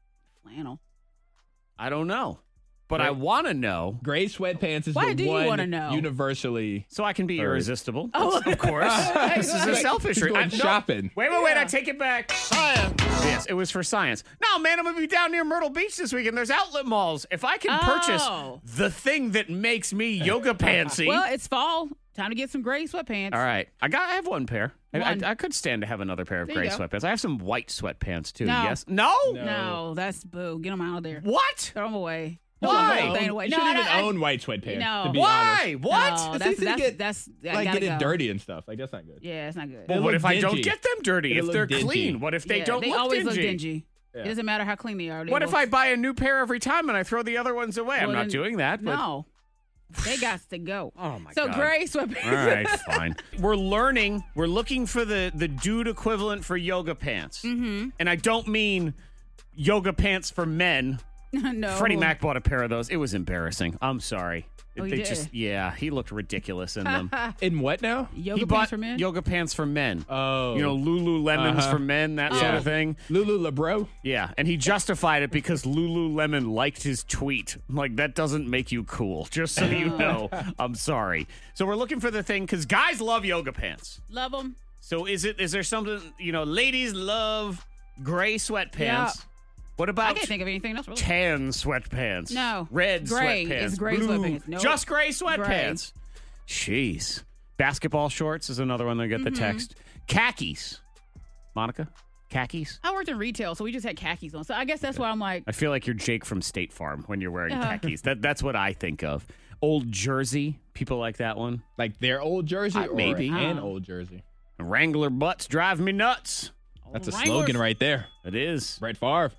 S7: Flannel.
S1: I don't know. but I want to know.
S5: Gray sweatpants is
S7: Why
S5: the
S7: do you
S5: one
S7: wanna know?
S5: universally.
S1: So I can be
S5: Sorry.
S1: irresistable.
S7: Oh. [LAUGHS]
S1: of course. this is a selfish
S5: He's
S1: re-
S5: going
S1: I- no.
S5: shopping.
S1: Wait, wait, wait. I take it back. Science. Yes, it was for science. No, man, I'm going to be down near Myrtle Beach this weekend. There's outlet malls. If I can
S7: Oh.
S1: purchase the thing that makes me
S5: [LAUGHS]
S1: yoga pantsy.
S7: Well, it's fall. Time to get some gray sweatpants.
S1: all right, I got. I have one pair. I-
S7: One.
S1: I, I could stand to have another pair of
S7: There you
S1: gray
S7: go.
S1: sweatpants. I have some white sweatpants too.
S7: No.
S1: Yes. No.
S7: No, that's boo. Get them out of there.
S1: What?
S7: Throw them away.
S1: Why?
S7: Throw the thing away.
S5: You
S7: No,
S5: shouldn't
S7: I
S5: even
S7: don't- I-
S5: own white sweatpants.
S7: No.
S5: To be honest.
S1: Why? What?
S7: No,
S5: It's
S7: that's
S5: easy to
S7: that's
S5: get,
S7: that's I
S5: Like
S7: gotta
S5: getting
S7: go.
S5: dirty and stuff. Like that's not good.
S7: Yeah, it's not
S1: Well,
S7: good.
S5: They
S1: what
S5: look
S1: if I don't
S5: dingy.
S1: get them dirty?
S5: They
S1: if
S5: look
S1: they're
S5: dingy.
S1: clean, what if they
S7: Yeah,
S1: don't
S7: They
S1: look
S7: always
S1: dingy?
S7: look dingy.
S5: Yeah.
S7: It doesn't matter how clean they are. They
S1: What
S7: will-
S1: if I buy a new pair every time and I throw the other ones away? I'm
S7: Well,
S1: not
S7: then-
S1: doing
S7: [LAUGHS]
S1: that. But
S7: No, they got to go.
S1: Oh, my
S7: so
S1: God.
S7: So gray sweatpants.
S1: All
S7: [LAUGHS]
S1: right, fine. We're learning. We're looking for the the dude equivalent for yoga pants. Mm-hmm. And I don't mean yoga pants for men.
S7: [LAUGHS] no,
S1: Freddie Mac bought a pair of those. It was embarrassing. I'm sorry.
S7: Oh, he
S1: they
S7: did?
S1: just yeah, he looked ridiculous in
S7: [LAUGHS]
S1: them.
S5: In what now?
S7: Yoga
S1: he
S7: pants
S1: bought
S7: for men.
S1: yoga pants for men.
S5: Oh.
S1: you know, Lululemons
S5: Uh-huh.
S1: for men, that sort
S5: Yeah.
S1: of thing.
S5: Lulu LeBro.
S1: Yeah, and he justified it because Lululemon liked his tweet. I'm Like that doesn't make you cool. Just so
S7: [LAUGHS]
S1: you know, I'm sorry. So we're looking for the thing because guys love yoga pants.
S7: Love them.
S1: So is it? Is there something you know? Ladies love gray sweatpants.
S7: Yeah.
S1: What
S7: I
S1: about
S7: can't think of anything else. Really.
S1: tan sweatpants?
S7: No.
S1: red
S7: Gray.
S1: sweatpants.
S7: It's gray
S1: blue,
S7: sweatpants. No.
S1: Just gray sweatpants. Jeez. Basketball shorts is another one. that get
S7: Mm-hmm.
S1: the text. Khakis. Monica, khakis.
S7: I worked in retail, so we just had khakis on. So I guess that's why I'm like,
S1: I feel like you're Jake from State Farm when you're wearing
S7: Uh-huh.
S1: khakis. That that's what I think of. Old Jersey, people like that one.
S5: Like their old jersey
S1: Uh,
S5: or
S1: maybe.
S5: an
S7: Uh.
S5: old jersey.
S1: Wrangler butts drive me nuts.
S5: That's a
S7: Wranglers-
S5: slogan right there.
S1: It is
S5: Brett Favre.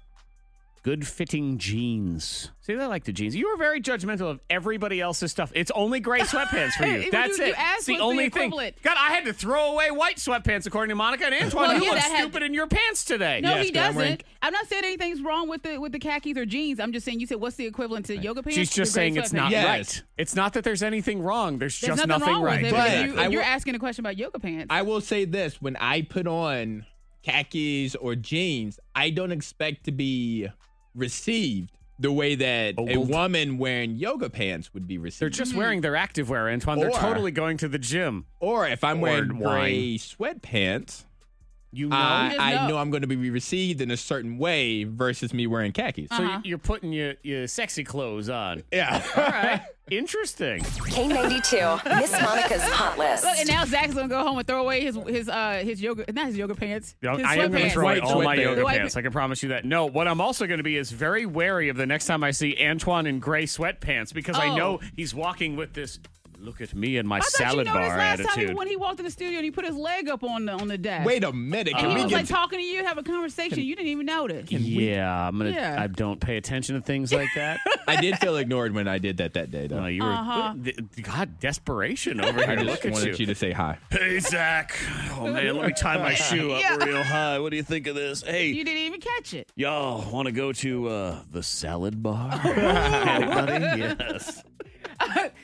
S1: good fitting jeans. See, I like the jeans. You were very judgmental of everybody else's stuff. It's only
S7: [LAUGHS]
S1: gray sweatpants for
S7: You-
S1: you. That's
S7: you
S1: it.
S7: asked
S1: It's the
S7: what's the
S1: only
S7: equivalent.
S1: thing. God, I had to throw away white sweatpants according to Monica and Antoine.
S7: Well,
S1: you
S7: yeah,
S1: look
S7: that had-
S1: stupid in your pants today.
S7: no,
S5: Yes,
S7: he
S5: but I'm
S7: doesn't.
S5: wearing-
S7: I'm not saying anything's wrong with the with the khakis or jeans. I'm just saying you said what's the equivalent to yoga pants?
S1: She's just
S7: The gray
S1: saying it's
S7: sweatpants.
S1: not
S5: Yes.
S1: right. It's not that there's anything wrong. There's,
S7: There's
S1: just
S7: nothing, wrong
S1: right.
S7: with it.
S5: But
S7: because
S5: I
S7: you, if
S5: will-
S7: you're asking a question about yoga pants.
S5: I will say this when I put on khakis or jeans, I don't expect to be received the way that a
S1: Ogled.
S5: woman wearing yoga pants would be
S1: They're
S5: received.
S1: just
S7: Mm-hmm.
S1: wearing their activewear, Antoine.
S5: Or-
S1: They're totally going to the gym.
S5: or if I'm
S1: Or
S5: wearing
S1: wine.
S5: gray sweatpants,
S1: You know,
S5: I,
S7: just
S5: I
S7: know.
S5: know I'm going to be received in a certain way versus me wearing khakis.
S7: Uh-huh.
S1: so y- you're putting your, your sexy clothes on.
S5: yeah.
S1: Interesting.
S2: [LAUGHS] K92, Miss Monica's hot list.
S7: Look, and now Zach's gonna go home and throw away his his uh his yoga not his yoga pants. His
S1: I am going to
S7: sweatpants.
S1: throw away
S5: White
S1: all my
S5: sweatpants.
S1: yoga
S7: White-
S1: pants. I can promise you that. No, what I'm also going to be is very wary of the next time I see Antoine in gray sweatpants because I
S7: Oh.
S1: know he's walking with this look at me and my
S7: I thought
S1: salad
S7: you noticed
S1: bar
S7: last
S1: attitude.
S7: time he- when he walked in the studio and he put his leg up on the on the
S5: [LAUGHS]
S7: desk.
S5: Wait a minute.
S7: and
S5: Can
S7: he
S5: we
S7: was
S5: get
S7: like talking to you, have a conversation. You didn't even notice.
S1: yeah, I'm gonna.
S7: Yeah.
S1: I don't pay attention to things like
S7: [LAUGHS]
S1: that.
S5: I did feel ignored when I did that that
S1: [LAUGHS]
S5: day, though.
S1: No, you were
S7: Uh-huh.
S1: th- God desperation over
S5: I
S1: here.
S5: just
S1: Look at
S5: wanted
S1: you.
S5: you to say hi.
S1: Hey Zach. Oh man, let me tie
S7: [LAUGHS]
S1: my shoe up real high. What do you think of this? Hey,
S7: You didn't even catch it.
S1: Y'all want to go to uh, the salad
S7: [LAUGHS]
S1: bar? Anybody? Yes.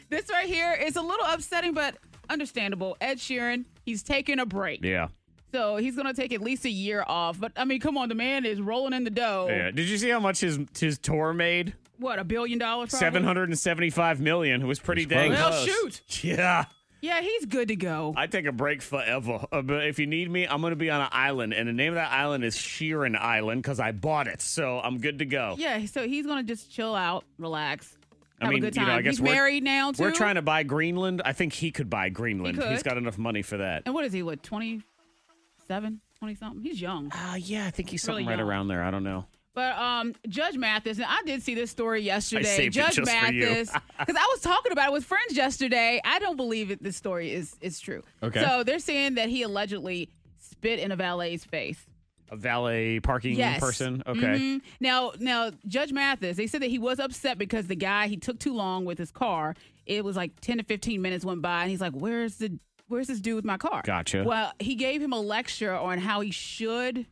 S7: This right here is a little upsetting, but understandable. Ed Sheeran, he's taking a break.
S1: Yeah.
S7: So he's gonna take at least a year off. But I mean, come on, the man is rolling in the dough.
S1: Yeah. Did you see how much his his tour made?
S7: What, a billion dollars? probably?
S1: Seven hundred and seventy five million. It was pretty
S5: That's
S1: dang
S5: close.
S7: Well
S1: close.
S7: shoot.
S1: Yeah.
S7: Yeah, he's good to go.
S1: I take a break forever. Uh, but if you need me, I'm going to be on an island, and the name of that island is Sheeran Island because I bought it, so I'm good to go.
S7: Yeah, so he's gonna just chill out, relax,
S1: I
S7: have
S1: mean,
S7: a good
S1: you
S7: time.
S1: know, I guess
S7: he's
S1: we're-
S7: married now too.
S1: We're trying to buy Greenland. I think he could buy Greenland.
S7: He could.
S1: has got enough money for that.
S7: And what is he? What 27, 20 something? He's young.
S1: Uh, yeah, I think he's
S7: Really
S1: something right
S7: young.
S1: around there. I don't know.
S7: But um, Judge Mathis, and I did see this story yesterday.
S1: saved it
S7: Judge
S1: just for you. [LAUGHS]
S7: Mathis, because I was talking about it with friends yesterday. I don't believe it. This story is is true.
S5: Okay.
S7: So they're saying that he allegedly spit in a valet's face.
S1: A valet parking
S7: Yes.
S1: person. Okay.
S7: Mhm. Now, now Judge Mathis, they said that he was upset because the guy he took too long with his car. It was like ten to fifteen minutes went by, and he's like, "Where's the Where's this dude with my car?"
S1: Gotcha.
S7: Well, he gave him a lecture on how he should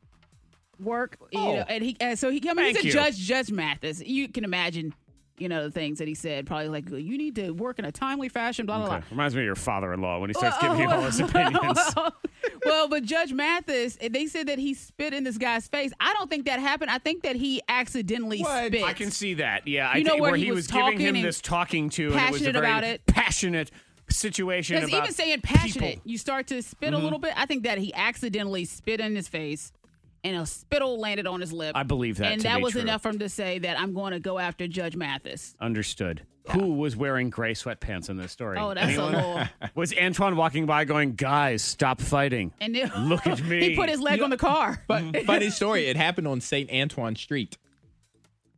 S7: work, you know, and he and so he I mean,
S1: Oh. Thank
S7: he's a
S1: you.
S7: judge, Judge Mathis. You can imagine you know, things that he said. Probably like, you need to work in a timely fashion, blah, blah, blah.
S1: Reminds me of your father-in-law when he starts
S7: Well,
S1: giving you all
S7: well, [LAUGHS]
S1: his opinions.
S7: well, oh, well, but Judge Mathis, they said that he spit in this guy's face. I don't think that happened. I think that he accidentally spit.
S1: I can see that. Yeah,
S7: You
S1: I
S7: know
S1: think
S7: where
S1: where
S7: he
S1: he
S7: was
S1: was, giving
S7: talking
S1: him
S7: and
S1: this talking to, and it was a
S7: passionate
S1: very
S7: about it.
S1: passionate situation
S7: Because
S1: about
S7: even saying passionate,
S1: people.
S7: you start to spit a
S1: Mhm.
S7: little bit. I think that he accidentally spit in his face, and a spittle landed on his lip.
S1: I believe that
S7: and
S1: to
S7: that
S1: be
S7: was
S1: true.
S7: enough for him to say that I'm going to go after Judge Mathis.
S1: Understood. Who was wearing gray sweatpants in this story?
S7: Oh, that's a
S1: Anyone?
S7: little.
S1: [LAUGHS] Was Antoine walking by going, guys, stop fighting?
S7: And then-
S1: [LAUGHS] Look at
S7: [LAUGHS] He
S1: me.
S7: put his leg on the
S1: [LAUGHS]
S7: car.
S5: But funny story, it happened on St. Antoine Street,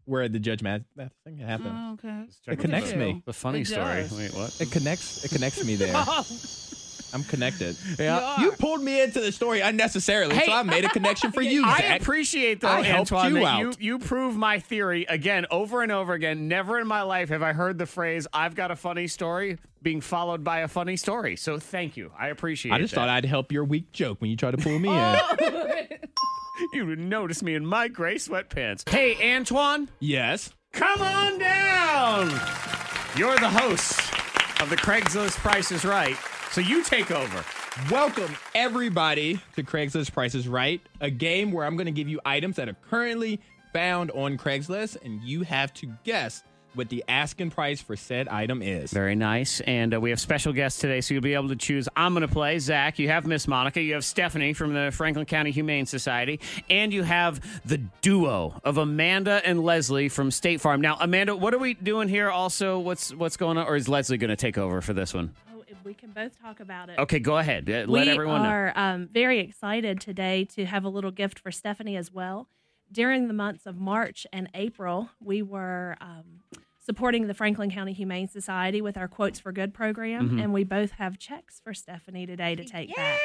S5: where the Judge Math Math thing happened.
S7: Oh, okay.
S5: It connects me.
S1: The funny
S7: It
S1: story.
S7: does.
S1: Wait, what?
S5: It connects. It connects me there. I'm connected.
S1: Yeah.
S5: You, pulled me into the story unnecessarily,
S1: Hey,
S5: so I made a connection for you.
S1: I
S5: Zach.
S1: appreciate though,
S5: I helped
S1: Antoine,
S5: you
S1: that
S5: out.
S1: you you prove my theory again over and over again. Never in my life have I heard the phrase "I've got a funny story" being followed by a funny story. So thank you, I appreciate.
S5: I just thought I'd help your weak joke when you try to pull me in.
S1: thought you would notice me in my gray sweatpants. Hey, Antoine,
S5: Yes.
S1: come on down. You're the host of the Craigslist Price is Right, so you take over.
S5: Welcome everybody to Craigslist Prices Right, a game where I'm going to give you items that are currently found on Craigslist, and you have to guess what the asking price for said item is.
S1: Very nice. And uh, we have special guests today, so you'll be able to choose. I'm going to play Zach. You have Miss Monica. You have Stephanie from the Franklin County Humane Society. And you have the duo of Amanda and Leslie from State Farm. Now, Amanda, what are we doing here also? What's what's going on? Or is Leslie going to take over for this one?
S11: Oh, if we can both talk about it.
S1: Okay, go ahead. Uh, Let
S11: we
S1: everyone know.
S11: are um, very excited today to have a little gift for Stephanie as well. During the months of March and April, we were um, supporting the Franklin County Humane Society with our Quotes for Good program,
S1: Mhm.
S11: and we both have checks for Stephanie today to take back.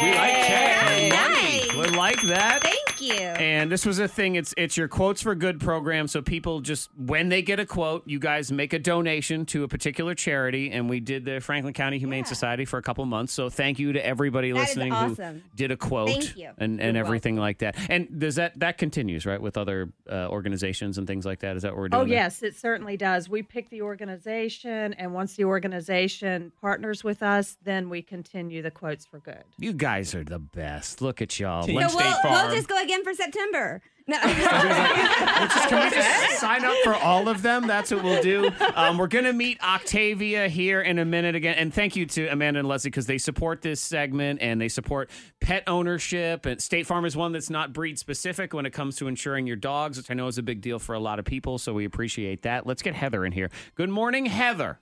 S1: We like
S11: Yay.
S1: that. We like that.
S12: Thank you.
S1: And this was a thing. It's it's your quotes for good program. So people just when they get a quote, you guys make a donation to a particular charity. And we did the Franklin County Humane Society for a couple months. So thank you to everybody
S12: That is
S1: listening who
S12: awesome.
S1: did a quote
S12: Thank you.
S1: and and everything like that. And does that that continues right with other uh, organizations and things like that? Is that what we're doing?
S13: Oh,
S1: there?
S13: yes, it certainly does. We pick the organization, and once the organization partners with us, then we continue the quotes for good.
S1: You guys are the best. Look at y'all.
S12: So
S1: One
S12: we'll,
S1: State
S12: we'll
S1: Farm.
S12: just go again for September.
S11: [LAUGHS]
S12: [LAUGHS] No.
S1: Can we just sign up for all of them? That's what we'll do. Um, we're going to meet Octavia here in a minute again. And thank you to Amanda and Leslie because they support this segment and they support pet ownership. And State Farm is one that's not breed specific when it comes to insuring your dogs, which I know is a big deal for a lot of people. So we appreciate that. Let's get Heather in here. Good morning, Heather.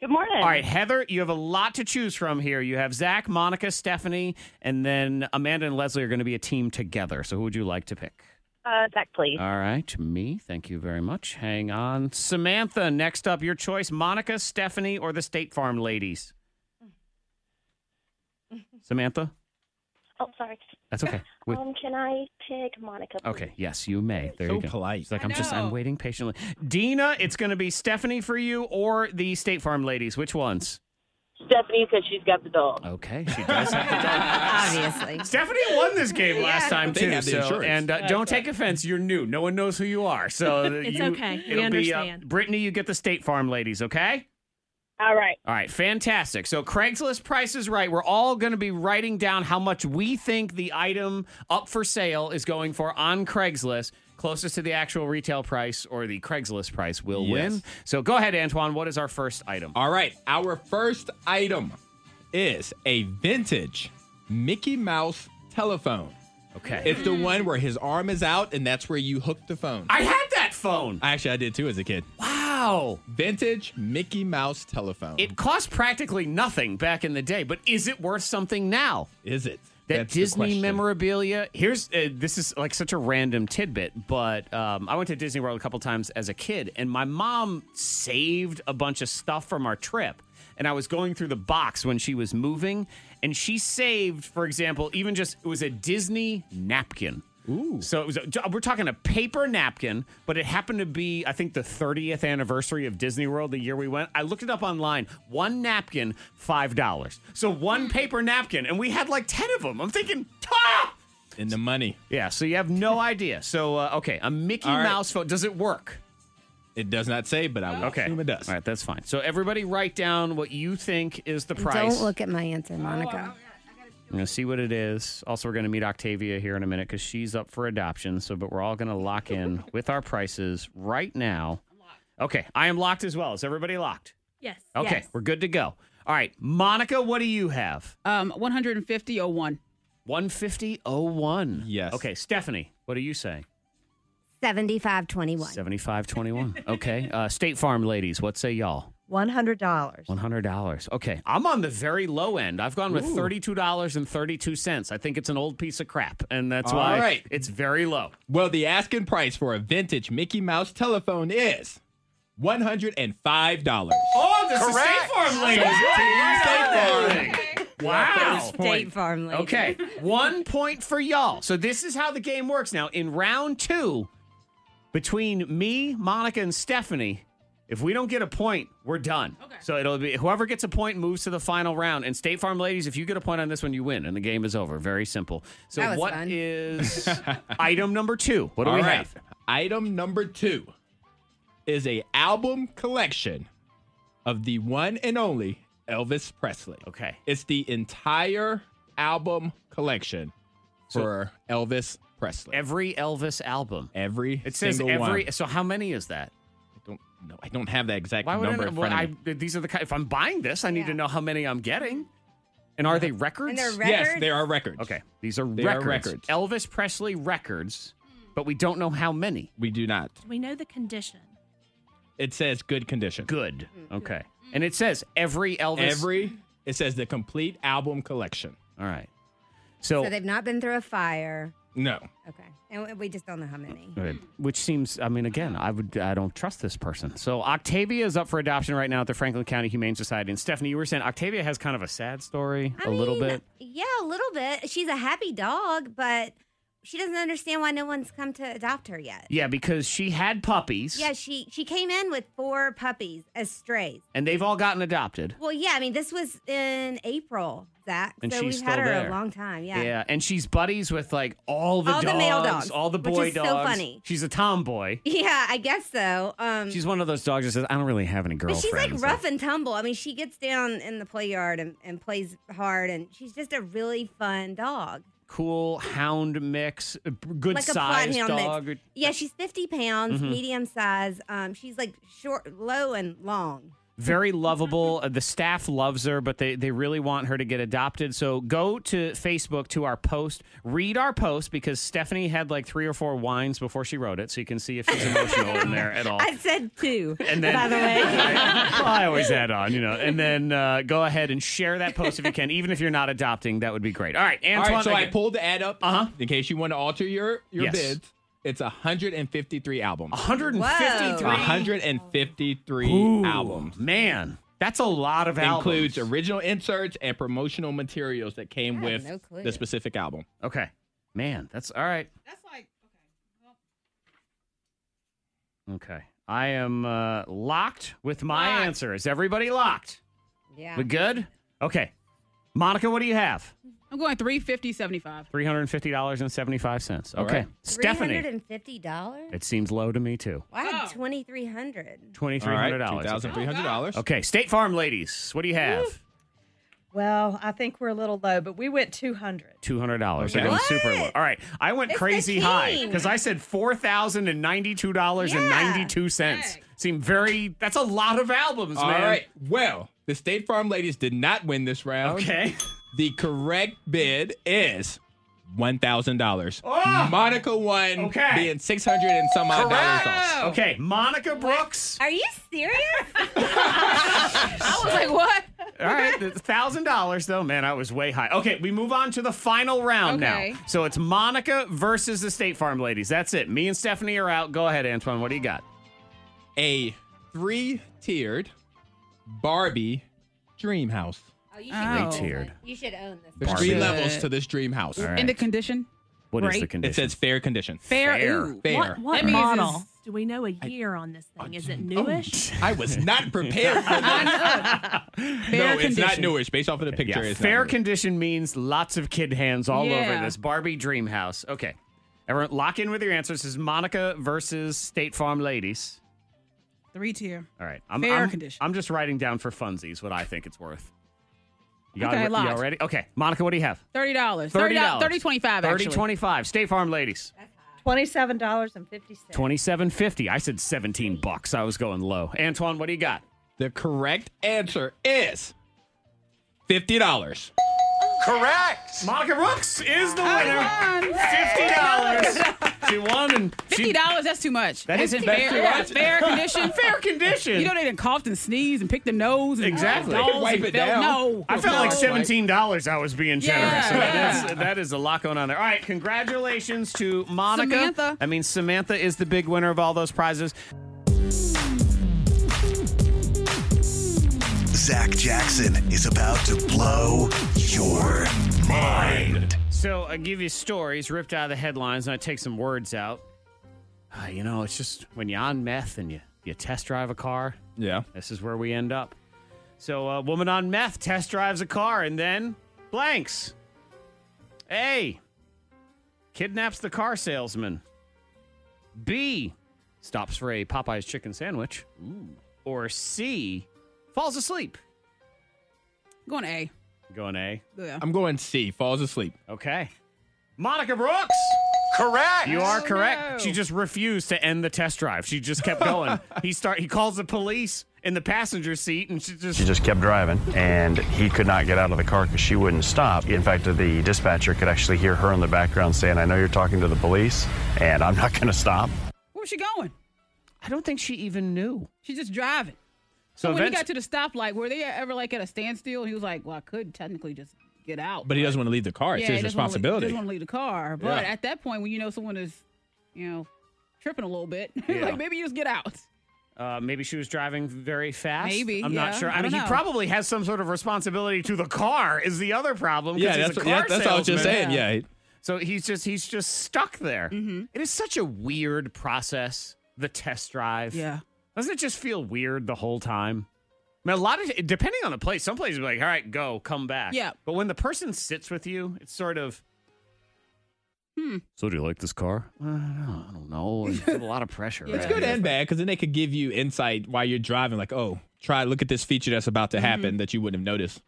S6: Good morning.
S1: All right, Heather, you have a lot to choose from here. You have Zach, Monica, Stephanie, and then Amanda and Leslie are going to be a team together. So who would you like to pick?
S6: Uh, Zach, please.
S1: All right, me. Thank you very much. Hang on. Samantha, next up, your choice Monica, Stephanie, or the State Farm ladies? Samantha?
S14: Oh, sorry.
S1: That's
S14: [LAUGHS]
S1: okay. We-
S14: Um, can I pick Monica? please?
S1: okay, yes, you may. There
S5: So
S1: you go.
S5: polite.
S1: She's like, I'm just, I'm waiting patiently. Dina, it's going to be Stephanie for you or the State Farm ladies. Which ones?
S15: Stephanie because she's got the dog.
S1: Okay, she does have the
S15: [LAUGHS]
S1: dog.
S12: Obviously.
S1: Stephanie won this game last
S15: Yeah.
S1: time
S15: They
S1: too,
S15: have the
S1: so-
S15: insurance.
S1: and uh,
S15: That's
S1: don't take offense. You're new. No one knows who you are, so
S15: [LAUGHS] It's
S1: you-
S15: okay. We
S1: It'll Be, uh,
S15: understand.
S1: Brittany, you get the State Farm ladies, okay?
S15: All right.
S1: All right, fantastic. So Craigslist Price is Right. We're all going to be writing down how much we think the item up for sale is going for on Craigslist, closest to the actual retail price or the Craigslist price will
S5: Yes. Uh,
S1: win. So go ahead, Antoine. What is our first item?
S5: All right, our first item is a vintage Mickey Mouse telephone.
S1: Okay.
S5: It's the one where his arm is out and that's where you hook the phone.
S1: Hmm. I had that phone.
S5: Actually, I did too as a kid.
S1: Wow.
S5: Vintage Mickey Mouse telephone.
S1: It cost practically nothing back in the day, but is it worth something now?
S5: Is it?
S1: That
S5: That's the
S1: Disney
S5: question.
S1: memorabilia. Here's uh, this is like such a random tidbit, but um, I went to Disney World a couple times as a kid, and my mom saved a bunch of stuff from our trip. And I was going through the box when she was moving, and she saved, for example, even just it was a Disney napkin. Ooh. So it was a, we're talking a paper napkin, but it happened to be I think the 30th anniversary of Disney World the year we went. I looked it up online. One napkin, five dollars. So
S5: Hmm.
S1: one paper napkin, and we had like ten of them. I'm thinking, ah!
S5: In the money.
S1: Yeah. So you have no idea. So uh, okay, a Mickey
S5: All right.
S1: Mouse phone. Does it work?
S5: It does not say, but I will
S1: Okay.
S5: assume it does. All
S1: right, that's fine. So everybody write down what you think is the price.
S12: Don't look at my answer, Monica.
S1: I'm going to see what it is. Also, we're going to meet Octavia here in a minute because she's up for adoption. So, but we're all going to lock in with our prices right now. Okay, I am locked as well. Is everybody locked?
S11: Yes.
S1: Okay, we're good to go. All right, Monica, what do you have?
S7: Um, 150.01.
S1: 150.01. Yes. oh Okay, Stephanie, what are you saying?
S12: Seventy-five twenty-one.
S1: 75.21. Okay, uh, State Farm ladies, what say y'all?
S13: One hundred dollars.
S1: One hundred dollars. Okay, I'm on the very low end. I've gone with
S13: Ooh.
S1: thirty-two dollars and thirty-two cents. I think it's an old piece of crap, and that's
S5: All
S1: why
S5: right.
S1: it's very low.
S5: Well, the asking price for a vintage Mickey Mouse telephone is one hundred and five dollars.
S1: Oh,
S10: this is State Farm ladies.
S1: Wow.
S12: State Farm lady.
S1: Okay, one point for y'all. So this is how the game works now. In round two, between me, Monica, and Stephanie, if we don't get a point, we're done. Okay. So it'll be whoever gets a point moves to the final round. And State Farm ladies, if you get a point on this one, you win, and the game is over. Very simple. So
S5: That was
S1: what
S5: fun. [LAUGHS]
S1: is item number two? What do
S5: All
S1: we
S5: right.
S1: have?
S5: Item number two is a album collection of the one and only Elvis Presley.
S1: Okay.
S5: It's the entire album collection
S1: So-
S5: for Elvis Presley.
S1: Every Elvis album.
S5: Every
S1: It says
S5: single
S1: every.
S5: one.
S1: So how many is that?
S5: I don't know. I don't have that exact
S1: Why would
S5: number
S1: I,
S5: in
S1: well,
S5: front of me.
S1: I These are the kind. If I'm buying this, I need to know how many I'm getting. And are they records?
S5: they're Yes, records? they are records.
S1: Okay, these are,
S5: They are
S1: records.
S5: records.
S1: Elvis Presley records, but we don't know how many.
S5: We do not.
S11: We know the condition.
S5: It says good condition.
S1: Good. Okay. And it says every Elvis.
S5: Every. It says the complete album collection.
S1: All right.
S12: So they've not been through a fire.
S5: no.
S12: Okay. And we just don't know how many.
S1: Right. Which seems, I mean, again, I would, I don't trust this person. So Octavia is up for adoption right now at the Franklin County Humane Society. And Stephanie, you were saying Octavia has kind of a sad story, a little bit.
S12: Yeah, a little bit. She's a happy dog, but she doesn't understand why no one's come to adopt her yet.
S1: Yeah, because she had puppies,
S12: Yeah, she she came in with four puppies as strays.
S1: and they've all gotten adopted.
S12: Well, yeah, I mean this was in April, Zach.
S1: And
S12: so
S1: she's
S12: we've
S1: still
S12: had her
S1: there.
S12: a long time. Yeah.
S1: Yeah, and she's buddies with like all the
S12: All
S1: dogs,
S12: the male dogs,
S1: all the
S12: which
S1: boy
S12: is so
S1: dogs.
S12: funny.
S1: She's a tomboy.
S12: Yeah, I guess so. Um,
S1: She's one of those dogs that says, "I don't really have any
S12: but
S1: girlfriends."
S12: she's like rough and tumble. I mean, she gets down in the play yard and, and plays hard, and she's just a really fun dog.
S1: cool hound mix, a b- good
S12: like
S1: size
S12: a bloodhound
S1: dog.
S12: mix. Yeah, she's 50 pounds,
S1: Mhm.
S12: medium size. Um, she's like short, low, and long.
S1: Very
S12: [LAUGHS]
S1: lovable. Uh, The staff loves her, but they, they really want her to get adopted. So go to Facebook to our post. Read our post because Stephanie had like three or four wines before she wrote it. So you can see if she's emotional in there at all.
S12: [LAUGHS] I said two,
S1: And then-
S12: by the
S1: [LAUGHS]
S12: way.
S1: Well, I always add on, you know. And then uh, go ahead and share that post if you can. Even if you're not adopting, that would be great. All right, Antoine.
S5: All right, so I
S1: again-
S5: pulled the ad up in case you want to alter your your
S1: Uh-huh. Yes.
S5: bids. It's 153 albums.
S1: 153?
S5: 153 albums.
S1: Man, that's a lot of albums.
S5: Includes original inserts and promotional materials that came
S7: I had
S5: with
S7: no clue.
S5: the specific album.
S1: Okay. Man, that's all right.
S7: That's like
S1: Okay. I am uh, locked with my answer. Is everybody locked?
S7: yeah.
S1: We good? Okay. Monica, what do you have?
S7: I'm going 350.75.
S1: $350.75.
S5: All
S1: Okay.
S5: right.
S1: Stephanie.
S12: $350?
S1: It seems low to me too.
S12: Well, I had 2300
S1: $2,300.
S5: All right, $2,300.
S1: Okay. State Farm ladies, what do you have?
S13: Well, I think we're a little low, but we went two hundred.
S1: Two hundred dollars.
S13: Okay.
S1: I went super low. All right, I went
S13: It's the
S1: crazy high
S13: king.
S1: because I said four thousand and ninety-two dollars ninety-two Seemed very. That's a lot of albums,
S5: All
S1: man.
S5: right. Well, the State Farm ladies did not win this round.
S1: Okay.
S5: The correct bid is $1,000.
S1: Oh!
S5: Monica won,
S1: Okay.
S5: being 600 and some odd dollars off.
S13: Oh.
S1: Okay, Monica Brooks.
S12: Are you [LAUGHS] serious? Oh,
S7: I was like, what?
S1: All right, thousand dollars though, man. I was way high. Okay, we move on to the final round
S7: Okay.
S1: now. So it's Monica versus the State Farm ladies. That's it. Me and Stephanie are out. Go ahead, Antoine. What do you got?
S5: A three tiered Barbie dream house.
S12: Oh, you
S1: Oh. Three-tiered.
S12: You should own this.
S5: There's
S1: Barbie.
S5: three levels to this dream house.
S1: All right.
S7: In the condition?
S1: What is the
S7: Great.
S1: condition?
S5: It says fair condition.
S7: Fair. Ooh.
S5: Fair.
S11: What, what
S7: That means
S11: model?
S7: it's-
S11: Do we know a year on this thing? Is it newish?
S5: I was [LAUGHS] not prepared for that. no,
S1: Fair
S5: it's not
S1: condition.
S5: newish. Based off of the picture,
S1: Yeah,
S5: it's
S1: fair
S5: not newish.
S1: condition means lots of kid hands all
S7: Yeah.
S1: over this Barbie dream house. Okay. Everyone, lock in with your answers. This is Monica versus State Farm Ladies.
S7: Three tier.
S1: All right. I'm,
S7: Fair
S1: I'm-
S7: condition.
S1: I'm just writing down for funsies what I think it's worth. You got
S7: Okay,
S1: it?
S7: lots.
S1: You all ready? Okay. Monica, what do you have?
S7: Thirty dollars. Thirty
S1: $30.
S7: dollars. Thirty twenty five.
S1: Thirty twenty five. State Farm ladies.
S13: Twenty-seven dollars and fifty cents.
S1: Twenty-seven fifty. I said seventeen bucks. I was going low. Antoine, what do you got?
S5: The correct answer is fifty dollars.
S1: Correct. Monica Brooks is the winner. Fifty dollars. She won and
S7: Fifty dollars. That's too much.
S1: That
S7: That's
S1: isn't-
S7: fair.
S1: that's too
S7: yeah,
S1: much.
S7: [LAUGHS] Fair condition.
S1: Fair condition.
S7: You don't even cough and sneeze and pick the nose. And
S1: Exactly.
S7: dolls and felt- No.
S1: I felt
S7: No.
S1: like seventeen dollars. I was being generous.
S7: Yeah,
S1: So
S7: yeah.
S1: That's, that is a lot going on there. All right, congratulations to Monica.
S7: Samantha.
S1: I mean, Samantha is the big winner of all those prizes.
S16: Zach Jackson is about to blow your mind.
S1: So I give you stories ripped out of the headlines, and I take some words out. Ah, you know, it's just when you're on meth and you you test drive a car.
S5: Yeah.
S1: This is where we end up. So a woman on meth test drives a car and then blanks. A. Kidnaps the car salesman. B. Stops for a Popeye's chicken sandwich. Or C. Falls asleep.
S7: Going A.
S1: Going A.
S7: Yeah.
S5: I'm going C. Falls asleep.
S1: Okay. Monica Brooks.
S5: Correct.
S1: You are
S5: Oh,
S1: correct.
S5: no.
S1: She just refused to end the test drive. She just kept going. he start. He calls the police in the passenger seat, and she just.
S17: She just kept driving, and he could not get out of the car because she wouldn't stop. In fact, the dispatcher could actually hear her in the background saying, I know you're talking to the police, and I'm not going to stop.
S7: Where was she going?
S1: I don't think she even knew.
S7: She's just driving.
S1: So
S7: So when he
S1: events-
S7: got to the stoplight, were they ever like at a standstill? He was like, "Well, I could technically just get out."
S5: But he doesn't want to leave the car. It's
S7: Yeah,
S5: his
S7: he doesn't wanna leave-
S5: responsibility.
S7: Doesn't want to leave the car. But
S5: Yeah.
S7: at that point, when you know someone is, you know, tripping a little bit, [LAUGHS]
S1: Yeah.
S7: like maybe you just get out.
S1: Uh, maybe she was driving very fast.
S7: Maybe,
S1: I'm not
S7: yeah.
S1: sure. I,
S7: I
S1: mean,
S7: don't
S1: he
S7: know.
S1: probably has some sort of responsibility to the car. Is the other problem? 'cause
S5: Yeah,
S1: he's
S5: that's
S1: a
S5: what-
S1: car
S5: yeah, that's what I was just
S1: salesman.
S5: saying, yeah.
S1: So he's just he's just stuck there.
S7: Mm-hmm.
S1: It is such a weird process. The test drive.
S7: Yeah.
S1: Doesn't it just feel weird the whole time? I mean, a lot of depending on the place, some places are like, all right, go, come back.
S7: Yeah.
S1: But when the person sits with you, it's sort of.
S7: Hmm.
S1: So do you like this car? I don't know. I don't
S7: [LAUGHS]
S1: know. It's a lot of pressure.
S5: It's
S1: right?
S5: good and bad because then they could give you insight while you're driving. Like, oh, try look at this feature that's about to happen
S1: Mm-hmm.
S5: that you wouldn't have noticed.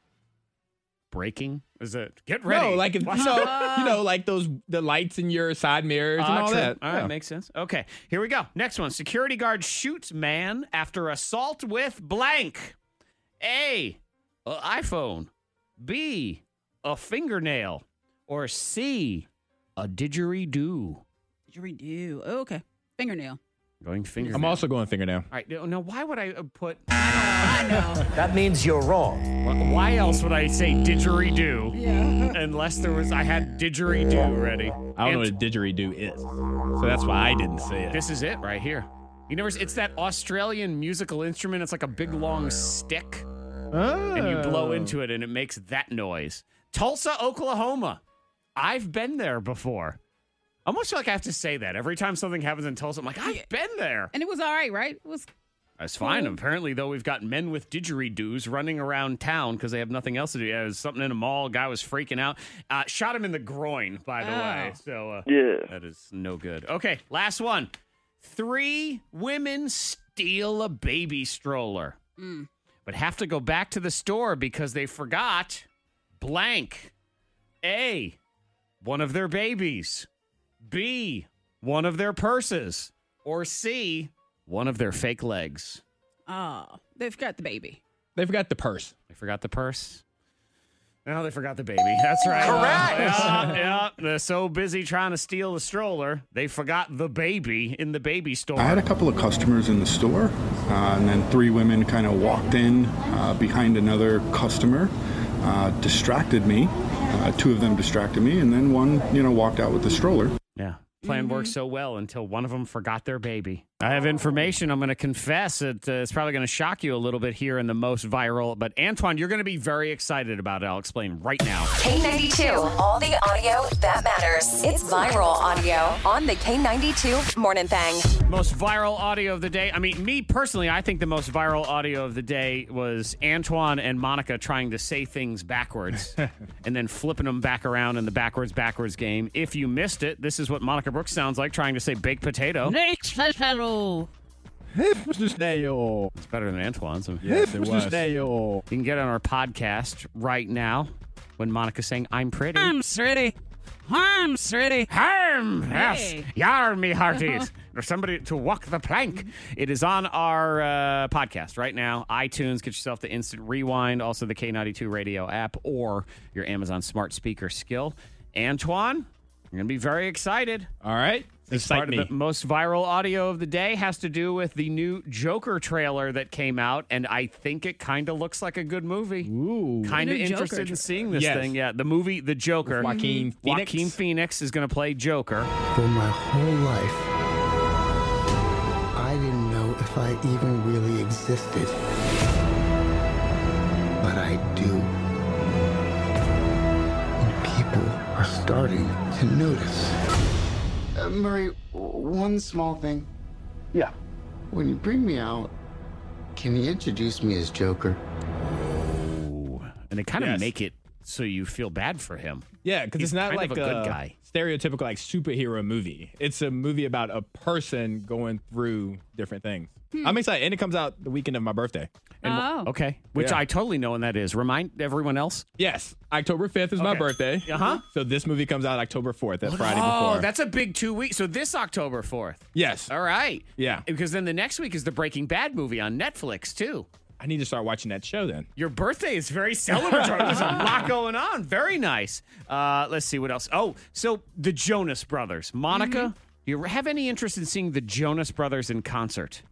S1: Braking is it? Get ready.
S5: No, like if,
S1: Watch
S5: you know,
S1: out.
S5: you know, like those the lights in your side mirrors and
S1: Ah,
S5: all
S1: true.
S5: that.
S1: All right,
S5: Yeah.
S1: makes sense. Okay, here we go. Next one. Security guard shoots man after assault with blank. A, a iPhone. B, a fingernail. Or C, a didgeridoo.
S7: Did you redo? Oh, okay, fingernail.
S1: Going fingernail.
S5: I'm also going fingernail.
S1: All right. Now, why would I uh, put?
S7: I know.
S1: That means you're wrong. Why else would I say didgeridoo?
S7: Yeah.
S1: Unless there was, I had didgeridoo ready.
S5: I don't know what a didgeridoo is, so that's why I didn't say it.
S1: This is it right here. You never. It's that Australian musical instrument. It's like a big long stick, and you blow into it, and it makes that noise. Tulsa, Oklahoma. I've been there before. I almost feel like I have to say that every time something happens in Tulsa. I'm like, I've been there.
S7: And it was all right, right? It was
S1: That's fine. Apparently, though, we've got men with didgeridoos running around town because they have nothing else to do. There was something in a mall. Guy was freaking out. Uh, shot him in the groin, by the
S10: Oh.
S1: way. So uh,
S10: Yeah.
S1: that is no good. Okay, last one. Three women steal a baby stroller,
S7: Mm.
S1: but have to go back to the store because they forgot blank. A, one of their babies. B, one of their purses. Or C, one of their fake legs.
S7: oh, they forgot the baby.
S5: They forgot the purse.
S1: They forgot the purse. No, they forgot the baby. [LAUGHS] That's right.
S10: Correct.
S1: Yeah, [LAUGHS] yeah. They're so busy trying to steal the stroller, they forgot the baby in the baby store.
S18: I had a couple of customers in the store, uh, and then three women kind of walked in uh, behind another customer, uh, distracted me. Uh, two of them distracted me, and then one, you know, walked out with the stroller.
S1: Yeah. Plan worked so well until one of them forgot their baby. I have information. I'm going to confess it. Uh, it's probably going to shock you a little bit here in the most viral. But Antoine, you're going to be very excited about it. I'll explain right now.
S2: K92, all the audio that matters. It's viral audio on the K92 Morning Thang.
S1: Most viral audio of the day. I mean, me personally, I think the most viral audio of the day was Antoine and Monica trying to say things
S5: [LAUGHS]
S1: backwards and then flipping them back around in the backwards, backwards game. If you missed it, this is what Monica Brooks sounds like trying to say baked potato.
S19: Baked potato.
S1: Mr. Snail. It's better than Antoine's. [LAUGHS]
S5: Yes, it Mr. was.
S1: Snail. You can get on our podcast right now when Monica's saying, I'm pretty. I'm pretty. I'm pretty. Harm. Yes.
S10: Hey.
S1: Yarn, me
S5: [LAUGHS]
S1: hearties. or somebody to walk the plank. It is on our uh, podcast right now. iTunes, get yourself the instant rewind, also the K92 radio app or your Amazon smart speaker skill. Antoine, you're going to be very excited.
S5: All right.
S1: This
S5: Excite
S1: part
S5: me.
S1: of the most viral audio of the day has to do with the new Joker trailer that came out, and I think it kind of looks like a good movie. Ooh, kind of
S5: The new Joker
S1: interested in
S5: trailer.
S1: seeing this
S5: Yes.
S1: thing. Yeah, the movie The Joker.
S5: Joaquin Mhm. Phoenix.
S1: Joaquin Phoenix is going to play Joker.
S19: For my whole life, I didn't know if I even really existed. But I do. And people are starting to notice. Uh, Murray, w- one small thing. Yeah. When you bring me out, can you introduce me as Joker?
S1: And they kind of
S5: Yes.
S1: make it so you feel bad for him.
S5: Yeah, because
S1: He's
S5: it's not
S1: kind
S5: like
S1: of a, good guy.
S5: stereotypical like superhero movie. It's a movie about a person going through different things.
S1: Hmm.
S5: I'm excited, and it comes out the weekend of my birthday.
S1: And- Oh. okay. Which I totally know when that is. Remind everyone else.
S5: Yes, October 5th is my
S1: Okay.
S5: birthday. Uh
S20: Uh-huh.
S5: huh. So this movie comes out October 4th, that Friday
S1: oh,
S5: before.
S1: that's a big two weeks. So this October fourth.
S5: yes.
S1: All right.
S5: Yeah.
S1: Because then the next week is the Breaking Bad movie on Netflix too.
S5: I need to start watching that show then.
S1: Your birthday is very [LAUGHS] celebratory. There's a lot going on. Very nice. Uh, let's see what else. Oh, so the Jonas Brothers. Monica, do you have any interest in seeing the Jonas Brothers in concert?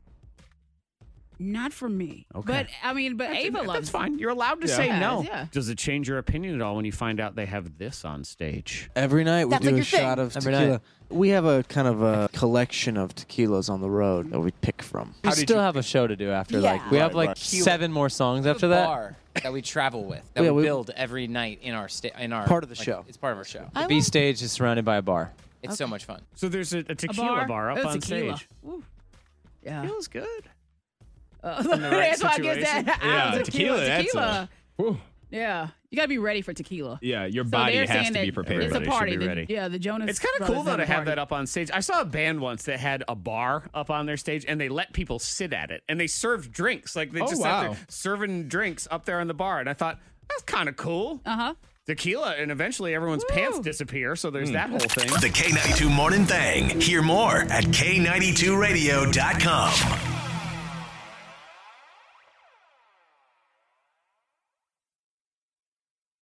S7: Not for me.
S1: Okay.
S7: But I mean, but Ava loves.
S1: That's fine. You're allowed to
S7: Yeah.
S1: say
S7: Yeah,
S1: no.
S7: yeah.
S1: Does it change your opinion at all when you find out they have this on stage?
S21: Every night we
S1: That's
S21: do
S1: like
S21: a
S1: your thing.
S21: shot of
S1: Every
S21: tequila.
S1: night.
S21: We have a kind of a collection of tequilas on the road that we pick from.
S22: We still have a show to do after.
S21: Yeah.
S22: Like we have
S21: Right,
S22: like
S21: right.
S22: seven more songs after that.
S20: bar that we travel with, that
S22: Yeah,
S20: we,
S22: we-
S20: build every night in our sta- in our
S22: Part of the
S20: like,
S22: show.
S20: It's part of our show.
S22: The B stage is surrounded by a bar.
S20: It's so much fun.
S1: So there's a, a tequila bar, up
S7: That's
S1: on
S7: tequila.
S1: stage.
S7: Ooh. Yeah.
S1: Feels good.
S7: Uh,
S1: In
S7: [LAUGHS]
S1: the right
S7: that's why I guess
S1: situation.
S7: that.
S5: Yeah,
S7: Yeah, [LAUGHS] tequila.
S5: tequila,
S7: Tequila.
S5: that's a-
S7: yeah. You got to be ready for tequila.
S5: Yeah, your
S7: So
S5: body
S7: they're
S5: has
S7: saying
S5: to be
S7: that
S5: prepared.
S7: It's a party.
S1: should be
S7: The-
S1: ready.
S7: yeah, the Jonas.
S1: It's kind of cool though to have that up on stage. I saw a band once that had a bar up on their stage, and they let people sit at it, and they served drinks. Like they
S5: Oh,
S1: just sat
S5: wow.
S1: there serving drinks up there on the bar, and I thought that's kind of cool. Uh
S7: huh.
S1: Tequila, and eventually everyone's pants disappear. So there's that whole thing.
S16: The K92 Morning Thing. Hear more at K92Radio.com.